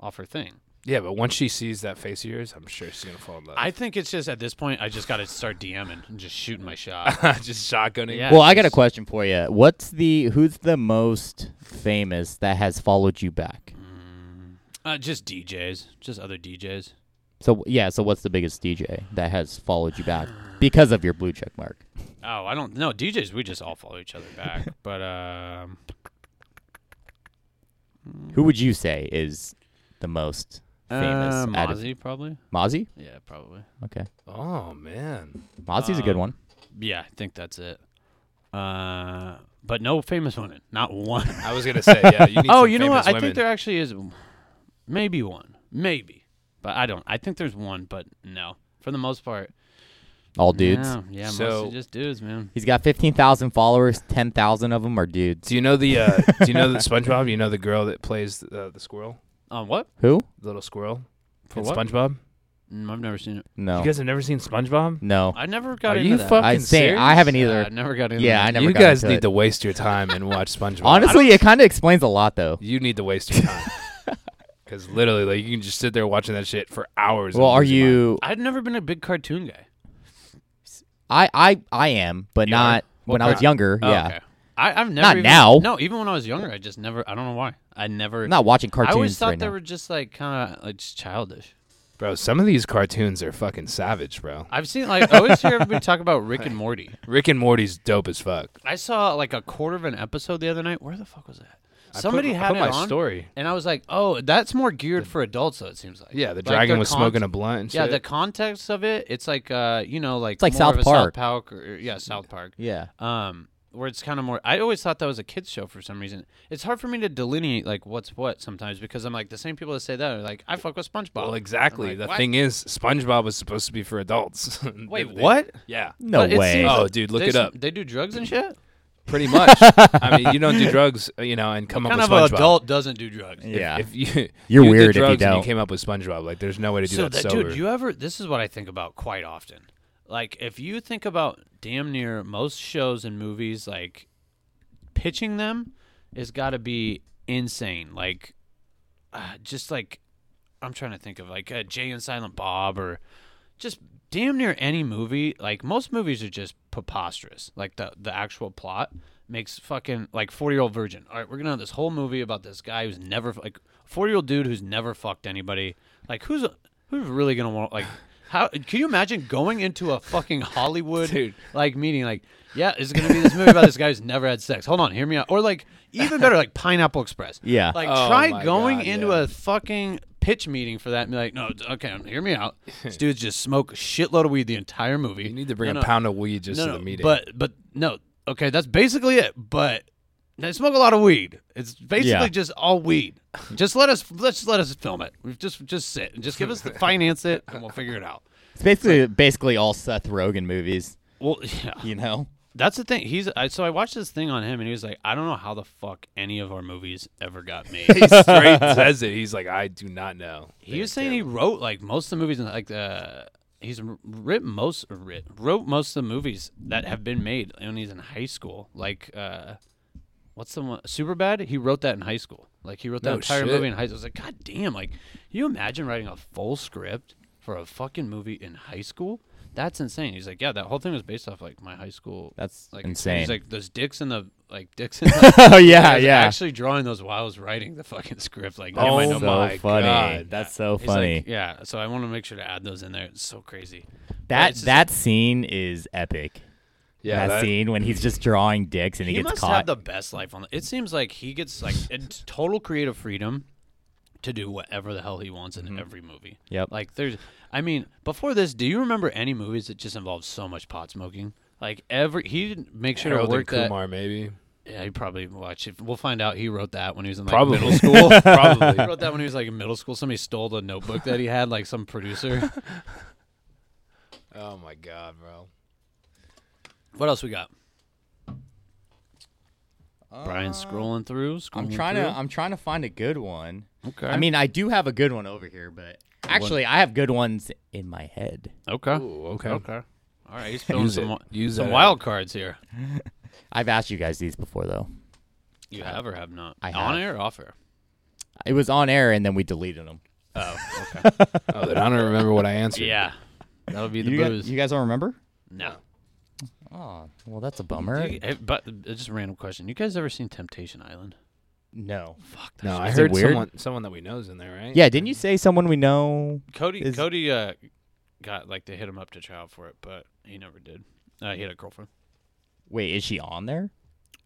[SPEAKER 4] off her thing.
[SPEAKER 6] Yeah, but once she sees that face of yours, I'm sure she's gonna fall in love.
[SPEAKER 4] I think it's just at this point, I just got to start DMing and just shooting my shot.
[SPEAKER 6] just shotgunning.
[SPEAKER 4] Yeah.
[SPEAKER 7] Well, I got a question for you. What's the who's the most famous that has followed you back?
[SPEAKER 4] Uh, just DJs, just other DJs.
[SPEAKER 7] So yeah, so what's the biggest DJ that has followed you back because of your blue check mark?
[SPEAKER 4] Oh, I don't know. DJs, we just all follow each other back. but um,
[SPEAKER 7] Who would you say is the most famous?
[SPEAKER 4] uh,
[SPEAKER 7] out of-
[SPEAKER 4] Mozzie, probably.
[SPEAKER 7] Mozzie?
[SPEAKER 4] Yeah, probably.
[SPEAKER 7] Okay,
[SPEAKER 6] Oh man.
[SPEAKER 7] Mozzie's a good
[SPEAKER 4] Um,
[SPEAKER 7] one.
[SPEAKER 4] Yeah, I think that's it. Uh, but no famous women, not one.
[SPEAKER 6] I was gonna say yeah. You need
[SPEAKER 4] oh,
[SPEAKER 6] some
[SPEAKER 4] you know what?
[SPEAKER 6] famous
[SPEAKER 4] I
[SPEAKER 6] women.
[SPEAKER 4] think there actually is, maybe one, maybe, but I don't. I think there's one, but no. For the most part,
[SPEAKER 7] All dudes.
[SPEAKER 4] Yeah, yeah
[SPEAKER 6] So-
[SPEAKER 4] mostly just dudes, man.
[SPEAKER 7] He's got 15,000 followers. 10,000 of them are dudes.
[SPEAKER 6] Do you know the uh, Do you know the SpongeBob? You know the girl that plays uh, the, the squirrel,
[SPEAKER 4] Um, what?
[SPEAKER 7] Who?
[SPEAKER 6] the little squirrel
[SPEAKER 4] For
[SPEAKER 6] in
[SPEAKER 4] what?
[SPEAKER 6] SpongeBob.
[SPEAKER 4] Mm, I've never seen it.
[SPEAKER 7] No.
[SPEAKER 6] You guys have never seen SpongeBob?
[SPEAKER 7] no.
[SPEAKER 4] I never got
[SPEAKER 6] Are
[SPEAKER 4] into
[SPEAKER 6] you
[SPEAKER 4] that.
[SPEAKER 6] fucking
[SPEAKER 7] I say
[SPEAKER 6] serious?
[SPEAKER 7] I haven't
[SPEAKER 4] Yeah,
[SPEAKER 7] either.
[SPEAKER 4] I never got into
[SPEAKER 7] Yeah,
[SPEAKER 4] that.
[SPEAKER 7] I never
[SPEAKER 6] you
[SPEAKER 7] got
[SPEAKER 6] guys
[SPEAKER 7] into
[SPEAKER 6] need
[SPEAKER 7] it.
[SPEAKER 6] to waste your time and watch SpongeBob.
[SPEAKER 7] Honestly, it kind of explains a lot though.
[SPEAKER 6] you need to waste your time because literally, like, you can just sit there watching that shit for hours.
[SPEAKER 7] Well,
[SPEAKER 6] and
[SPEAKER 7] are
[SPEAKER 6] lose your mind.
[SPEAKER 7] you
[SPEAKER 4] I'd never been a big cartoon guy.
[SPEAKER 7] I I I am, but
[SPEAKER 6] are?
[SPEAKER 7] not when I was younger.
[SPEAKER 4] Oh,
[SPEAKER 7] yeah.
[SPEAKER 4] okay. I, I've never
[SPEAKER 7] Not
[SPEAKER 4] even-
[SPEAKER 7] now.
[SPEAKER 4] No, even when I was younger, I just never. I don't know why. I never.
[SPEAKER 7] I'm not watching
[SPEAKER 4] I
[SPEAKER 7] cartoons
[SPEAKER 4] always thought
[SPEAKER 7] right
[SPEAKER 4] they
[SPEAKER 7] now.
[SPEAKER 4] were just like kind of like just childish.
[SPEAKER 6] bro? Some of these cartoons are fucking savage, bro.
[SPEAKER 4] I've seen like I always hear everybody talk about Rick and Morty.
[SPEAKER 6] Rick and Morty's dope as fuck.
[SPEAKER 4] I saw like a quarter of an episode the other night. Where the fuck was that?
[SPEAKER 6] I put-
[SPEAKER 4] Somebody
[SPEAKER 6] I
[SPEAKER 4] had
[SPEAKER 6] put
[SPEAKER 4] it
[SPEAKER 6] my
[SPEAKER 4] on,
[SPEAKER 6] story.
[SPEAKER 4] and I was like, "Oh, that's more geared for adults." Though it seems like
[SPEAKER 6] Yeah, the
[SPEAKER 4] Like,
[SPEAKER 6] dragon
[SPEAKER 4] their
[SPEAKER 6] was
[SPEAKER 4] con-
[SPEAKER 6] smoking a blunt. And
[SPEAKER 4] Yeah,
[SPEAKER 6] shit.
[SPEAKER 4] the context of it, it's like uh, you know, like it's
[SPEAKER 7] like South Park.
[SPEAKER 4] South Park, or, yeah, South Park.
[SPEAKER 7] Yeah.
[SPEAKER 4] um, where it's kind of more. I always thought that was a kids show for some reason. It's hard for me to delineate like what's what sometimes because I'm like the same people that say that are like I fuck with SpongeBob.
[SPEAKER 6] Well,
[SPEAKER 4] I'm
[SPEAKER 6] exactly.
[SPEAKER 4] like,
[SPEAKER 6] the
[SPEAKER 4] "What?"
[SPEAKER 6] thing is, SpongeBob was supposed to be for adults.
[SPEAKER 4] Wait,
[SPEAKER 6] They-
[SPEAKER 4] what?
[SPEAKER 6] Yeah,
[SPEAKER 7] No
[SPEAKER 4] But it
[SPEAKER 7] way.
[SPEAKER 4] seems
[SPEAKER 6] Oh,
[SPEAKER 4] like
[SPEAKER 6] dude, look
[SPEAKER 4] they-
[SPEAKER 6] it up.
[SPEAKER 4] They do drugs and shit.
[SPEAKER 6] pretty much. I mean, you don't do drugs, uh, you know, and come
[SPEAKER 4] Kind
[SPEAKER 6] up
[SPEAKER 4] of
[SPEAKER 6] with SpongeBob.
[SPEAKER 4] an adult doesn't do drugs.
[SPEAKER 7] yeah.
[SPEAKER 6] If you, you
[SPEAKER 7] You're
[SPEAKER 6] did
[SPEAKER 7] weird if you
[SPEAKER 6] drugs and
[SPEAKER 7] don't.
[SPEAKER 6] you came up with SpongeBob. Like, there's no way to do
[SPEAKER 4] so
[SPEAKER 6] that
[SPEAKER 4] that,
[SPEAKER 6] sober.
[SPEAKER 4] dude, you ever? This is what I think about quite often. Like, if you think about damn near most shows and movies, like pitching them has got to be insane. Like, uh, just like I'm trying to think of like uh, Jay and Silent Bob or just damn near any movie. Like most movies are just preposterous. Like the the actual plot makes fucking like forty year old virgin. All right, we're gonna have this whole movie about this guy who's never like forty year old dude who's never fucked anybody. Like who's who's really gonna want like. How can you imagine going into a fucking Hollywood
[SPEAKER 6] Dude.
[SPEAKER 4] like meeting? Like, yeah, it's gonna be this movie about this guy who's never had sex. Hold on, hear me out. Or like, even better, like Pineapple Express.
[SPEAKER 7] Yeah.
[SPEAKER 4] Like,
[SPEAKER 6] Oh
[SPEAKER 4] try
[SPEAKER 6] my
[SPEAKER 4] going
[SPEAKER 6] God,
[SPEAKER 4] into
[SPEAKER 6] yeah.
[SPEAKER 4] a fucking pitch meeting for that and be like, no, d- okay, um, hear me out. This dude's just smoke a shitload of weed the entire movie.
[SPEAKER 6] You need to bring
[SPEAKER 4] No,
[SPEAKER 6] a
[SPEAKER 4] no.
[SPEAKER 6] pound of weed just
[SPEAKER 4] no,
[SPEAKER 6] to
[SPEAKER 4] no,
[SPEAKER 6] the meeting.
[SPEAKER 4] But but no, okay, that's basically it. But they smoke a lot of weed. It's basically
[SPEAKER 7] Yeah.
[SPEAKER 4] just all weed. just let us let's let us film it. We've just just sit and just give us the finance it and we'll figure it out.
[SPEAKER 7] It's basically basically all Seth Rogen movies,
[SPEAKER 4] Well, yeah.
[SPEAKER 7] you know?
[SPEAKER 4] That's the thing. He's I, so I watched this thing on him, and he was like, "I don't know how the fuck any of our movies ever got made."
[SPEAKER 6] he straight says it. He's like, I do not know.
[SPEAKER 4] He was saying he wrote like most of the movies, and like the he's r- written most or writ, wrote most of the movies that have been made when he's in high school. Like, uh, what's the one Superbad? He wrote that in high school. Like he wrote that
[SPEAKER 6] No
[SPEAKER 4] entire
[SPEAKER 6] shit.
[SPEAKER 4] movie in high school. I was like, God damn! Like, can you imagine writing a full script for a fucking movie in high school? That's insane. He's like, yeah, that whole thing was based off like my high school.
[SPEAKER 7] That's
[SPEAKER 4] like
[SPEAKER 7] insane.
[SPEAKER 4] He's like those dicks in the like dicks in the.
[SPEAKER 7] oh
[SPEAKER 4] I
[SPEAKER 7] yeah,
[SPEAKER 4] was
[SPEAKER 7] yeah.
[SPEAKER 4] Actually drawing those while I was writing the fucking script. Like,
[SPEAKER 6] Oh
[SPEAKER 4] in
[SPEAKER 7] so
[SPEAKER 4] my notebook.
[SPEAKER 6] my
[SPEAKER 7] funny.
[SPEAKER 6] God.
[SPEAKER 7] That's so
[SPEAKER 4] He's
[SPEAKER 7] funny.
[SPEAKER 4] Like, yeah, so I want to make sure to add those in there. It's so crazy.
[SPEAKER 7] that
[SPEAKER 4] it's just-
[SPEAKER 7] that scene is epic.
[SPEAKER 6] Yeah,
[SPEAKER 7] that,
[SPEAKER 6] that-
[SPEAKER 7] scene when he's just drawing dicks and he,
[SPEAKER 4] he
[SPEAKER 7] gets
[SPEAKER 4] must
[SPEAKER 7] caught.
[SPEAKER 4] have the best life on. The, it seems like he gets like it's total creative freedom to do whatever the hell he wants in every movie.
[SPEAKER 7] Mm-hmm. Yep.
[SPEAKER 4] Like there's, I mean, before this, do you remember any movies that just involved so much pot smoking? Like every he didn't make sure
[SPEAKER 6] Harold
[SPEAKER 4] to
[SPEAKER 6] and
[SPEAKER 4] work that.
[SPEAKER 6] Kumar, maybe.
[SPEAKER 4] Yeah, he probably watched it. We'll find out. He wrote that when he was in like
[SPEAKER 6] Probably.
[SPEAKER 4] middle school. He
[SPEAKER 6] Probably.
[SPEAKER 4] wrote that when he was like in middle school. Somebody stole the notebook that he had, like some producer.
[SPEAKER 6] Oh my god, bro.
[SPEAKER 4] What else we got? Brian's scrolling through. Scrolling
[SPEAKER 7] I'm trying to I'm trying to find a good one.
[SPEAKER 4] Okay.
[SPEAKER 7] I mean, I do have a good one over here, but actually, I have good ones in my head.
[SPEAKER 4] okay.
[SPEAKER 6] Ooh, okay.
[SPEAKER 4] Okay. All right. He's filling
[SPEAKER 6] Use it.
[SPEAKER 4] some wi-
[SPEAKER 6] Use
[SPEAKER 4] some
[SPEAKER 6] that.
[SPEAKER 4] wild cards here.
[SPEAKER 7] I've asked you guys these before, though.
[SPEAKER 4] You have or have not?
[SPEAKER 7] I
[SPEAKER 4] On
[SPEAKER 7] have.
[SPEAKER 4] air or off air?
[SPEAKER 7] It was on air, and then we deleted them.
[SPEAKER 6] Oh, then I don't remember what I answered.
[SPEAKER 4] Yeah. That'll be the
[SPEAKER 7] You,
[SPEAKER 4] booze.
[SPEAKER 7] guys, you guys don't remember?
[SPEAKER 4] no.
[SPEAKER 7] Oh, well, that's a bummer.
[SPEAKER 4] You- eh, but uh, just a random question. You guys ever seen Temptation Island?
[SPEAKER 7] No.
[SPEAKER 4] Fuck. That
[SPEAKER 6] No, I
[SPEAKER 7] Is it
[SPEAKER 6] heard
[SPEAKER 7] weird?
[SPEAKER 6] someone someone that we know's in there, right?
[SPEAKER 7] Yeah, didn't you say someone we know?
[SPEAKER 4] Cody.
[SPEAKER 7] Is-
[SPEAKER 4] Cody uh, got like they hit him up to trial for it, but he never did. Uh, he had a girlfriend.
[SPEAKER 7] Wait, is she on there?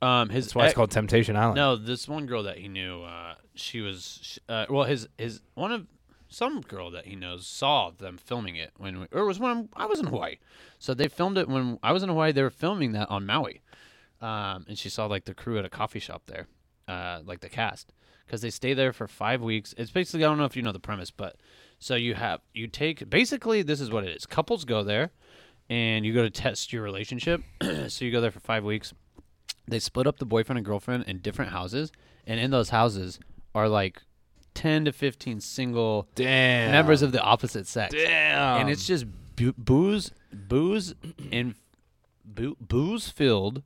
[SPEAKER 4] Um, his
[SPEAKER 6] That's why it's
[SPEAKER 4] ex-
[SPEAKER 6] called Temptation Island.
[SPEAKER 4] No, this one girl that he knew, uh, she was sh- uh, well, his his one of some girl that he knows saw them filming it when we, or it was when I was in Hawaii. So they filmed it when I was in Hawaii. They were filming that on Maui, um, and she saw like the crew at a coffee shop there, uh, like the cast, because they stay there for five weeks. It's basically I don't know if you know the premise, but so you have you take basically this is what it is. Couples go there and you go to test your relationship. so you go there for five weeks. They split up the boyfriend and girlfriend in different houses, and in those houses are like ten to fifteen single
[SPEAKER 6] Damn.
[SPEAKER 4] members of the opposite sex.
[SPEAKER 6] Damn.
[SPEAKER 4] And it's just bu- booze, booze, and boo- booze filled,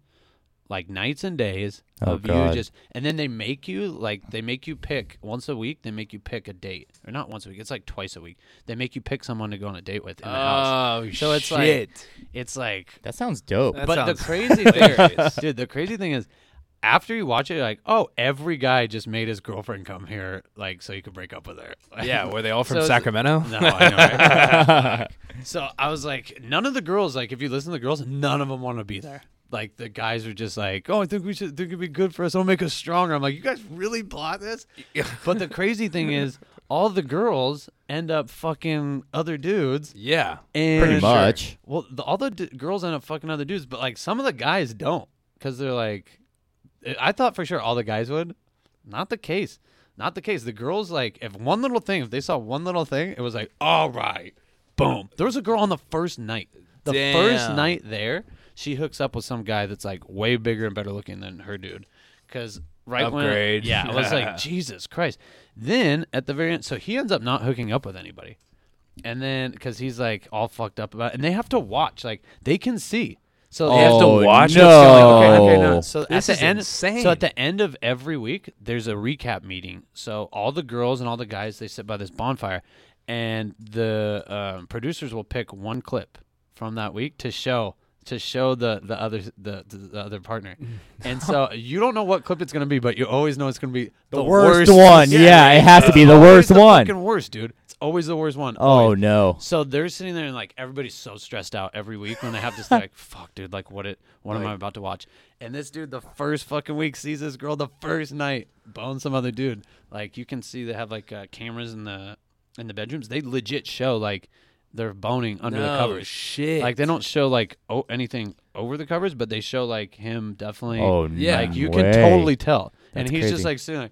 [SPEAKER 4] like nights and days
[SPEAKER 7] Oh,
[SPEAKER 4] of
[SPEAKER 7] God.
[SPEAKER 4] you just. And then they make you like they make you pick once a week. They make you pick a date, or not once a week. It's like twice a week. They make you pick someone to go on a date with in the house.
[SPEAKER 6] Oh,
[SPEAKER 4] So it's
[SPEAKER 6] shit.
[SPEAKER 4] like it's like.
[SPEAKER 7] That sounds dope.
[SPEAKER 6] That
[SPEAKER 4] but the
[SPEAKER 6] sounds
[SPEAKER 4] crazy thing, dude, the crazy thing is. After you watch it, you're like, oh, every guy just made his girlfriend come here, like, so he could break up with her.
[SPEAKER 6] yeah, were they all from
[SPEAKER 4] So it's-
[SPEAKER 6] Sacramento?
[SPEAKER 4] No, I know. right? so I was like, none of the girls, like, if you listen to the girls, none of them want to be there. Like the guys are just like, oh, I think we should think it'd be good for us. It'll make us stronger. I'm like, you guys really plot this? but the crazy thing is, all the girls end up fucking other dudes.
[SPEAKER 6] Yeah.
[SPEAKER 4] And
[SPEAKER 7] Pretty much.
[SPEAKER 4] Well, the, all the d- girls end up fucking other dudes, but like some of the guys don't because they're like, I- I thought for sure all the guys would. Not the case. Not the case. The girls like if one little thing, if they saw one little thing, it was like, all right, boom. There was a girl on the first night. The first
[SPEAKER 6] Damn.
[SPEAKER 4] night there, she hooks up with some guy that's like way bigger and better looking than her dude. Because right
[SPEAKER 6] Upgrade.
[SPEAKER 4] when yeah, I was like, Jesus Christ. Then at the very end, so he ends up not hooking up with anybody. And then because he's like all fucked up about, it. and they have to watch, like they can see, so they have to
[SPEAKER 7] Oh,
[SPEAKER 4] watch.
[SPEAKER 7] no.
[SPEAKER 4] what's going on. Okay, okay, no. So
[SPEAKER 6] This
[SPEAKER 4] at
[SPEAKER 6] is
[SPEAKER 4] the end,
[SPEAKER 6] insane.
[SPEAKER 4] so at the end of every week, there's a recap meeting. So all the girls and all the guys they sit by this bonfire, and the um, producers will pick one clip from that week to show to show the the other the, the, the other partner. And so you don't know what clip it's gonna be, but you always know it's gonna be the,
[SPEAKER 7] worst one. Yeah, it has to
[SPEAKER 4] It's
[SPEAKER 7] be the
[SPEAKER 4] always
[SPEAKER 7] worst
[SPEAKER 4] the
[SPEAKER 7] one.
[SPEAKER 4] Fucking worst, dude. It's always the worst one.
[SPEAKER 7] Oh
[SPEAKER 4] Always.
[SPEAKER 7] no.
[SPEAKER 4] So they're sitting there and like everybody's so stressed out every week when they have this they're like fuck dude like what it what am I about to watch? And this dude the first fucking week sees this girl the first night bone some other dude. Like you can see they have like uh, cameras in the in the bedrooms. They legit show like they're boning under the
[SPEAKER 6] No
[SPEAKER 4] covers.
[SPEAKER 6] shit.
[SPEAKER 4] Like they don't show like oh anything over the covers, but they show like him definitely.
[SPEAKER 7] Oh,
[SPEAKER 6] Yeah.
[SPEAKER 4] Like you
[SPEAKER 7] way.
[SPEAKER 4] can totally tell, and
[SPEAKER 7] That's
[SPEAKER 4] he's
[SPEAKER 7] crazy.
[SPEAKER 4] just like sitting like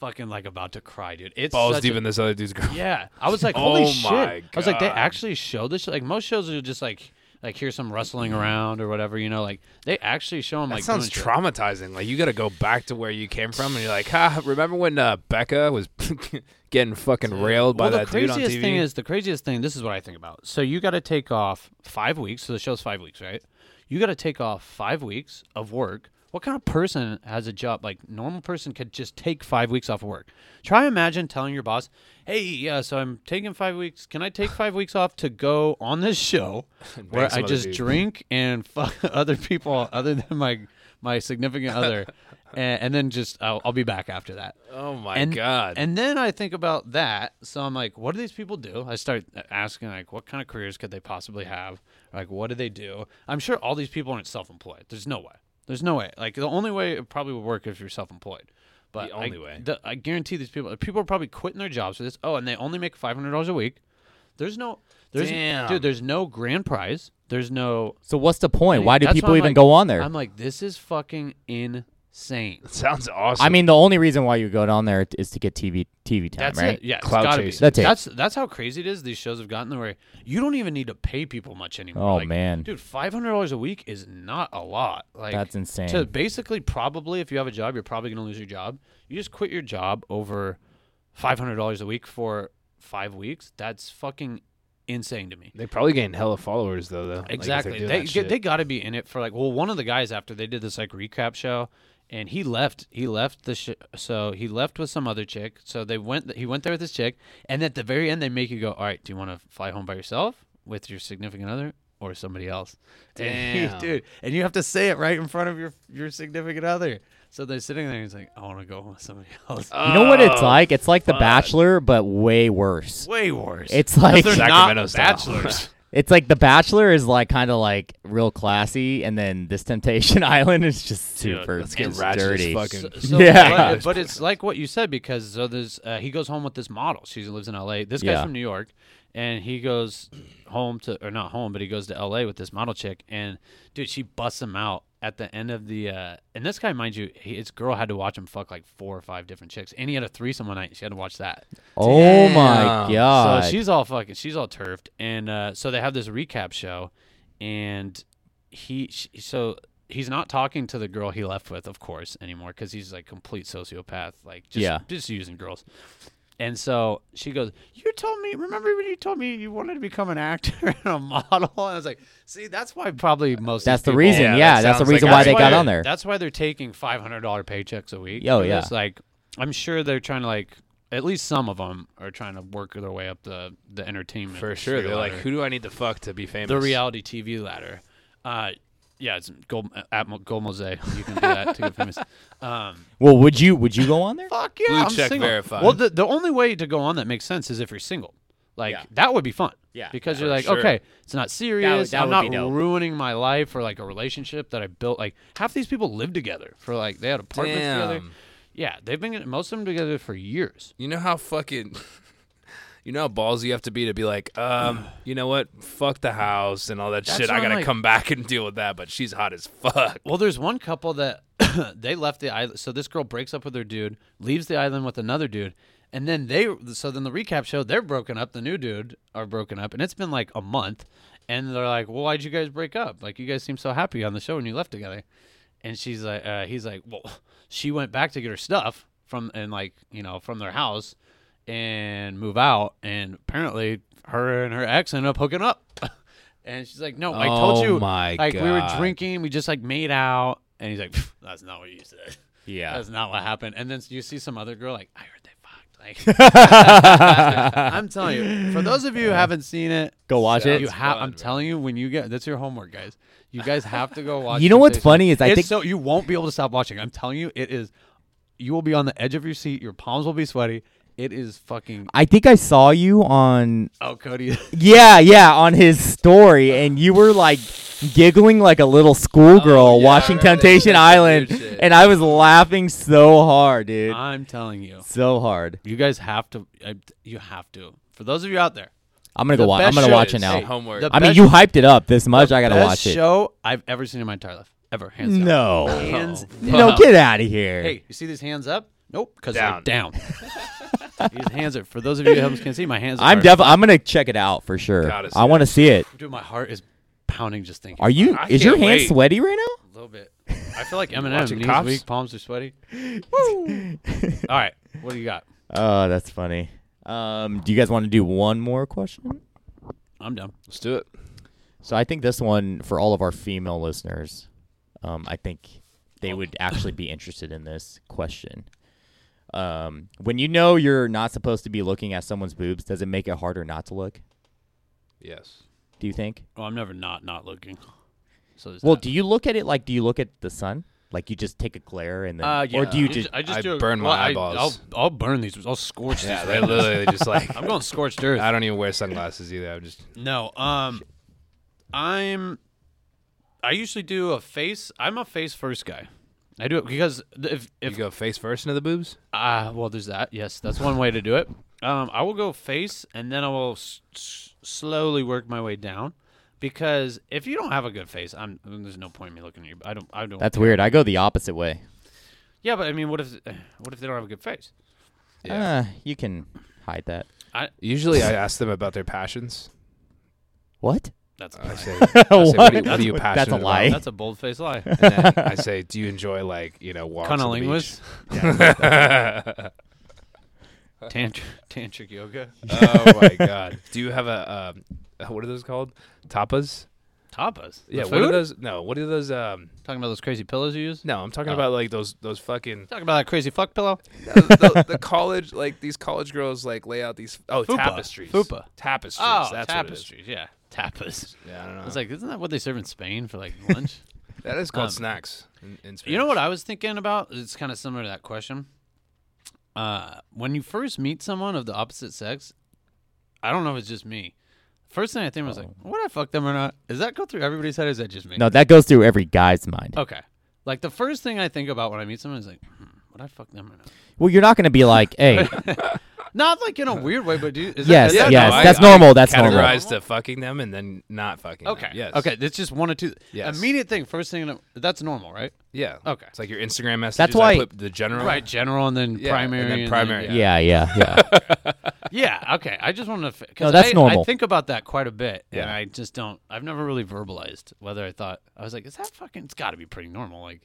[SPEAKER 4] fucking like about to cry, dude. It's
[SPEAKER 6] Balls
[SPEAKER 4] such a-
[SPEAKER 6] deep in this other dude's girl.
[SPEAKER 4] yeah, I was like, holy
[SPEAKER 6] Oh
[SPEAKER 4] shit!
[SPEAKER 6] my
[SPEAKER 4] I was like, they
[SPEAKER 6] God.
[SPEAKER 4] actually show this. shit? Like most shows are just like, like here's some rustling around or whatever, you know. Like they actually show them
[SPEAKER 6] That
[SPEAKER 4] like
[SPEAKER 6] sounds
[SPEAKER 4] doing shit.
[SPEAKER 6] traumatizing. Like you got to go back to where you came from, and you're like, "Ha! Remember when uh, Becca was getting fucking railed by
[SPEAKER 4] well,
[SPEAKER 6] that
[SPEAKER 4] the
[SPEAKER 6] dude
[SPEAKER 4] craziest
[SPEAKER 6] on TV?"
[SPEAKER 4] thing is the craziest thing. This is what I think about. So you got to take off five weeks. So the show's five weeks, right? You got to take off five weeks of work. What kind of person has a job? Like normal person could just take five weeks off of work. Try imagine telling your boss, "Hey, yeah, so I'm taking five weeks. Can I take five weeks off to go on this show where
[SPEAKER 6] bang some
[SPEAKER 4] I
[SPEAKER 6] other
[SPEAKER 4] just
[SPEAKER 6] dude."
[SPEAKER 4] drink and fuck other people other than my my significant other, and, and then just I'll, I'll be back after that."
[SPEAKER 6] oh my
[SPEAKER 4] and,
[SPEAKER 6] god!
[SPEAKER 4] And then I think about that, so I'm like, what do these people do? I start asking like, what kind of careers could they possibly have? Like, what do they do? I'm sure all these people aren't self-employed. There's no way. There's no way. Like the only way it probably would work if you're self-employed. But
[SPEAKER 6] The only
[SPEAKER 4] I,
[SPEAKER 6] way.
[SPEAKER 4] the- I guarantee these people. People are probably quitting their jobs for this. Oh, and they only make five hundred dollars a week. There's no. There's
[SPEAKER 6] Damn.
[SPEAKER 4] dude. There's no grand prize. There's no.
[SPEAKER 7] So what's the point?
[SPEAKER 4] Hey,
[SPEAKER 7] Why do
[SPEAKER 4] that's
[SPEAKER 7] people
[SPEAKER 4] why I'm
[SPEAKER 7] even
[SPEAKER 4] like-
[SPEAKER 7] go on there?
[SPEAKER 4] I'm like, this is fucking insane.
[SPEAKER 6] sounds awesome.
[SPEAKER 7] I mean, the only reason why you go down there is to get TV TV time,
[SPEAKER 4] That's
[SPEAKER 7] right?
[SPEAKER 4] it. Yeah, it's
[SPEAKER 6] Cloud
[SPEAKER 4] gotta be.
[SPEAKER 6] chasing.
[SPEAKER 7] That's it.
[SPEAKER 4] That's that's how crazy it is. These shows have gotten to where you don't even need to pay people much anymore.
[SPEAKER 7] Oh,
[SPEAKER 4] Like,
[SPEAKER 7] man.
[SPEAKER 4] dude, five hundred dollars a week is not a lot. Like
[SPEAKER 7] That's insane.
[SPEAKER 4] To basically, probably if you have a job, you're probably going to lose your job. You just quit your job over five hundred dollars a week for five weeks. That's fucking insane to me.
[SPEAKER 6] they probably gain hella followers though. Though
[SPEAKER 4] Exactly. they
[SPEAKER 6] they
[SPEAKER 4] they got to be in it for like well, one of the guys after they did this like recap show, and he left. He left the sh- so he left with some other chick. So they went. He went there with this chick, and at the very end, they make you go. All right, do you want to fly home by yourself with your significant other or somebody else? And
[SPEAKER 6] Damn.
[SPEAKER 4] he, dude, and you have to say it right in front of your your significant other. So they're sitting there. and He's like, I want to go with somebody else.
[SPEAKER 7] you know what it's like? It's like The Bachelor, but way worse.
[SPEAKER 4] Way worse.
[SPEAKER 7] It's like
[SPEAKER 4] they're
[SPEAKER 6] Sacramento
[SPEAKER 4] not
[SPEAKER 6] style.
[SPEAKER 4] bachelors.
[SPEAKER 7] it's like The Bachelor is like kind of like real classy, and then this Temptation Island is just
[SPEAKER 6] Dude,
[SPEAKER 7] super
[SPEAKER 6] let's get
[SPEAKER 7] just
[SPEAKER 6] ratchet as
[SPEAKER 7] dirty.
[SPEAKER 6] fucking-
[SPEAKER 4] So, so-
[SPEAKER 7] Yeah.
[SPEAKER 4] but, but it's like what you said because so there's uh, he goes home with this model. She lives in L.A. This guy's
[SPEAKER 7] Yeah.
[SPEAKER 4] from New York, and he goes home to or not home, but he goes to L.A. with this model chick, and dude, she busts him out at the end of the. Uh, and this guy, mind you, he, his girl had to watch him fuck like four or five different chicks, and he had a threesome one night. And she had to watch that.
[SPEAKER 7] Oh my
[SPEAKER 6] Damn. So
[SPEAKER 7] god!
[SPEAKER 4] Oh, So she's all fucking, she's all turfed, and uh, so they have this recap show, and he sh so he's not talking to the girl he left with, of course, anymore because he's like complete sociopath, like just
[SPEAKER 7] Yeah.
[SPEAKER 4] just using girls. And so she goes, "You told me. Remember when you told me you wanted to become an actor and a model?" And I was like, "See, that's why probably most. of
[SPEAKER 7] That's
[SPEAKER 4] these
[SPEAKER 7] the
[SPEAKER 4] people-
[SPEAKER 7] reason.
[SPEAKER 6] Yeah,
[SPEAKER 7] Yeah,
[SPEAKER 6] that
[SPEAKER 7] that's the
[SPEAKER 6] sounds like
[SPEAKER 7] reason
[SPEAKER 6] a
[SPEAKER 7] why
[SPEAKER 6] great
[SPEAKER 7] they got
[SPEAKER 6] plan.
[SPEAKER 7] on there.
[SPEAKER 4] That's why they're taking five hundred dollar paychecks a week.
[SPEAKER 7] Oh,
[SPEAKER 4] for this.
[SPEAKER 7] yeah.
[SPEAKER 4] like I'm sure they're trying to like at least some of them are trying to work their way up the the entertainment
[SPEAKER 6] for sure.
[SPEAKER 4] sphere
[SPEAKER 6] They're like,
[SPEAKER 4] ladder.
[SPEAKER 6] who do I need to fuck to be famous?
[SPEAKER 4] the reality TV ladder. Uh, yeah, it's gold uh, at Mo- gold mosaic. You can do that to get famous. Um,
[SPEAKER 7] Well, would you would you go on there?
[SPEAKER 4] fuck yeah,
[SPEAKER 6] Blue
[SPEAKER 4] I'm
[SPEAKER 6] check
[SPEAKER 4] single.
[SPEAKER 6] verified.
[SPEAKER 4] Well, the the only way to go on that makes sense is if you're single. Like
[SPEAKER 7] Yeah.
[SPEAKER 4] that would be fun.
[SPEAKER 7] Yeah,
[SPEAKER 4] Because
[SPEAKER 6] yeah,
[SPEAKER 4] you're
[SPEAKER 6] for
[SPEAKER 4] like,
[SPEAKER 6] sure.
[SPEAKER 4] okay, it's not serious.
[SPEAKER 7] that
[SPEAKER 4] I'm
[SPEAKER 7] would
[SPEAKER 4] not
[SPEAKER 7] be dope.
[SPEAKER 4] ruining my life or like a relationship that I built. Like half these people live together for like they had apartments together.
[SPEAKER 8] Damn.
[SPEAKER 4] Yeah, they've been most of them together for years.
[SPEAKER 6] You know how fucking. You know how ballsy you have to be to be like, um, you know what? Fuck the house and all that shit.
[SPEAKER 4] what
[SPEAKER 6] I
[SPEAKER 4] I'm
[SPEAKER 6] gotta
[SPEAKER 4] like-
[SPEAKER 6] come back and deal with that. But she's hot as fuck.
[SPEAKER 4] Well, there's one couple that they left the island. So this girl breaks up with her dude, leaves the island with another dude, and then they. So then the recap show they're broken up. The new dude are broken up, and it's been like a month. And they're like, "Well, why'd you guys break up? Like, you guys seem so happy on the show when you left together." And she's like, uh, "He's like, well, she went back to get her stuff from and like you know from their house and move out, and apparently her and her ex ended up hooking up." And she's like, "No, I told
[SPEAKER 6] Oh
[SPEAKER 4] you,
[SPEAKER 6] my
[SPEAKER 4] like we were drinking."
[SPEAKER 6] God.
[SPEAKER 4] drinking, We just like made out, and he's like, "That's not what you said.
[SPEAKER 7] Yeah.
[SPEAKER 4] That's not what happened." And then you see some other girl like, "I heard they fucked." Like, I'm telling you, for those of you who haven't seen it,
[SPEAKER 7] Go watch it.
[SPEAKER 4] You have. I'm telling you, when you get that's your homework, guys. You guys have to go watch.
[SPEAKER 7] You know what's
[SPEAKER 4] Sensational.
[SPEAKER 7] funny is I
[SPEAKER 4] It's
[SPEAKER 7] think-
[SPEAKER 4] so you won't be able to stop watching. I'm telling you, it is. You will be on the edge of your seat. Your palms will be sweaty. It is fucking.
[SPEAKER 7] I think I saw you on
[SPEAKER 4] Oh, Cody.
[SPEAKER 7] yeah yeah on his story, and you were like giggling like a little schoolgirl
[SPEAKER 6] yeah,
[SPEAKER 7] watching
[SPEAKER 6] I remember that
[SPEAKER 7] Temptation
[SPEAKER 6] shit,
[SPEAKER 7] Island,
[SPEAKER 6] dude, shit.
[SPEAKER 7] and I was laughing so hard, dude,
[SPEAKER 4] I'm telling you,
[SPEAKER 7] so hard.
[SPEAKER 4] you guys have to. I- You have to. For those of you out there,
[SPEAKER 7] I'm gonna
[SPEAKER 4] The
[SPEAKER 7] go watch. I'm
[SPEAKER 4] best
[SPEAKER 7] gonna
[SPEAKER 4] show
[SPEAKER 7] watch it
[SPEAKER 4] is-
[SPEAKER 7] now.
[SPEAKER 4] hey,
[SPEAKER 6] Homework.
[SPEAKER 4] the
[SPEAKER 7] I mean,
[SPEAKER 4] best-
[SPEAKER 7] you hyped it up this much. I gotta
[SPEAKER 4] best
[SPEAKER 7] watch it.
[SPEAKER 4] show I've ever seen in my entire life. Ever. Hands down.
[SPEAKER 7] No.
[SPEAKER 4] Hands
[SPEAKER 7] No,
[SPEAKER 4] down.
[SPEAKER 7] get out of here.
[SPEAKER 4] Hey, you see these hands up? Nope, because
[SPEAKER 6] Down.
[SPEAKER 4] they're down. these hands are, for those of you who haven't- can see, my hands are.
[SPEAKER 7] I'm definitely. I'm gonna check it out for sure.
[SPEAKER 6] Gotta see
[SPEAKER 7] I want to see it.
[SPEAKER 4] Dude, my heart is pounding just thinking.
[SPEAKER 7] Are you?
[SPEAKER 6] I
[SPEAKER 7] is your
[SPEAKER 6] can't
[SPEAKER 7] hand
[SPEAKER 6] wait.
[SPEAKER 7] sweaty right now?
[SPEAKER 4] A little bit. I feel like Eminem.
[SPEAKER 6] Watching
[SPEAKER 4] Knees
[SPEAKER 6] Cops?
[SPEAKER 4] weak, palms are sweaty. All right, what do you got?
[SPEAKER 7] Oh, that's funny. Um, do you guys want to do one more question?
[SPEAKER 4] I'm done.
[SPEAKER 6] Let's do it.
[SPEAKER 7] So I think this one for all of our female listeners, um, I think they would actually be interested in this question. Um, when you know you're not supposed to be looking at someone's boobs, does it make it harder not to look?
[SPEAKER 6] Yes.
[SPEAKER 7] Do you think?
[SPEAKER 4] Well, I'm never not not looking. So there's
[SPEAKER 7] Well,
[SPEAKER 4] that.
[SPEAKER 7] do you look at it like do you look at the sun? Like you just take a glare and then,
[SPEAKER 4] Uh, yeah,
[SPEAKER 7] or do you
[SPEAKER 4] I
[SPEAKER 7] just?
[SPEAKER 4] I just
[SPEAKER 6] I
[SPEAKER 4] do a-
[SPEAKER 6] burn my
[SPEAKER 4] well, I-
[SPEAKER 6] eyeballs.
[SPEAKER 4] I'll, I'll burn these. I'll scorch
[SPEAKER 6] Yeah,
[SPEAKER 4] these.
[SPEAKER 6] they're literally just like.
[SPEAKER 4] I'm going scorched earth.
[SPEAKER 6] I don't even wear sunglasses either. I'm just.
[SPEAKER 4] No. Um, I'm. I usually do a face. I'm a face first guy. I do it because th- if
[SPEAKER 6] You
[SPEAKER 4] if
[SPEAKER 6] go face first into the boobs?
[SPEAKER 4] ah well, there's that. Yes, that's one way to do it. Um, I will go face, and then I will s- s- slowly work my way down, because if you don't have a good face, I'm there's no point in me looking at you. I don't. I don't.
[SPEAKER 7] That's weird. I go the opposite way.
[SPEAKER 4] yeah, but I mean, what if what if they don't have a good face?
[SPEAKER 7] Uh, you can hide that.
[SPEAKER 4] I
[SPEAKER 6] Usually I ask them about their passions.
[SPEAKER 7] What?
[SPEAKER 4] that's a
[SPEAKER 6] I
[SPEAKER 4] lie.
[SPEAKER 6] say, I say what? are you, what are you
[SPEAKER 7] That's a
[SPEAKER 6] passionate
[SPEAKER 7] lie.
[SPEAKER 6] about?
[SPEAKER 4] that's a bold face lie.
[SPEAKER 6] And then I say, do you enjoy like, you know, walks on the beach?
[SPEAKER 4] Cunnilingus, tantric, tantric yoga,
[SPEAKER 6] oh my god! Do you have a um, what are those called? Tapas?
[SPEAKER 4] tapas. The
[SPEAKER 6] yeah. What are
[SPEAKER 4] food?
[SPEAKER 6] those? No. What are those? Um.
[SPEAKER 4] Talking about those crazy pillows you use?
[SPEAKER 6] No, I'm talking about like those those fucking
[SPEAKER 4] Talking about that crazy fuck pillow?
[SPEAKER 6] Oh. the, the college like these college girls like lay out these oh tapestries
[SPEAKER 4] Fupa.
[SPEAKER 6] Oh, tapestries that's what it is.
[SPEAKER 4] tapestries. Yeah, tapas.
[SPEAKER 6] Yeah, I don't know.
[SPEAKER 4] I was like, isn't that what they serve in Spain for like lunch?
[SPEAKER 6] that is called
[SPEAKER 4] um,
[SPEAKER 6] snacks. In, in
[SPEAKER 4] you know what I was thinking about? It's kind of similar to that question. Uh, when you first meet someone of the opposite sex, I don't know if it's just me. First thing I think was like, would I fuck them or not? Does that go through everybody's head? Or is that just me?
[SPEAKER 7] No, that goes through every guy's mind.
[SPEAKER 4] Okay. Like the first thing I think about when I meet someone is like, hmm, would I fuck them or not?
[SPEAKER 7] Well, you're not going to be like, hey,
[SPEAKER 4] Not like in a weird way, but do you, is that-
[SPEAKER 7] yes,
[SPEAKER 4] is that
[SPEAKER 7] yes,
[SPEAKER 6] no, I-
[SPEAKER 7] that's
[SPEAKER 6] I
[SPEAKER 7] normal. That's normal.
[SPEAKER 6] categorized to fucking them and then not fucking. them.
[SPEAKER 4] Okay.
[SPEAKER 6] Yes.
[SPEAKER 4] Okay. It's just one or two.
[SPEAKER 6] Yes.
[SPEAKER 4] Immediate thing. First thing. in a- That's normal, right?
[SPEAKER 6] Yeah.
[SPEAKER 4] Okay.
[SPEAKER 6] It's like your Instagram messages.
[SPEAKER 7] why-
[SPEAKER 6] I put the general.
[SPEAKER 4] Right. General and then
[SPEAKER 6] Yeah, and
[SPEAKER 4] primary.
[SPEAKER 6] then primary,
[SPEAKER 7] Yeah, yeah, yeah.
[SPEAKER 4] yeah, okay. I just want to.
[SPEAKER 7] No, that's
[SPEAKER 4] I,
[SPEAKER 7] normal.
[SPEAKER 4] I think about that quite a bit, and
[SPEAKER 6] Yeah.
[SPEAKER 4] I just don't. I've never really verbalized whether I thought I was like, "Is that fucking?" It's got to be pretty normal, like,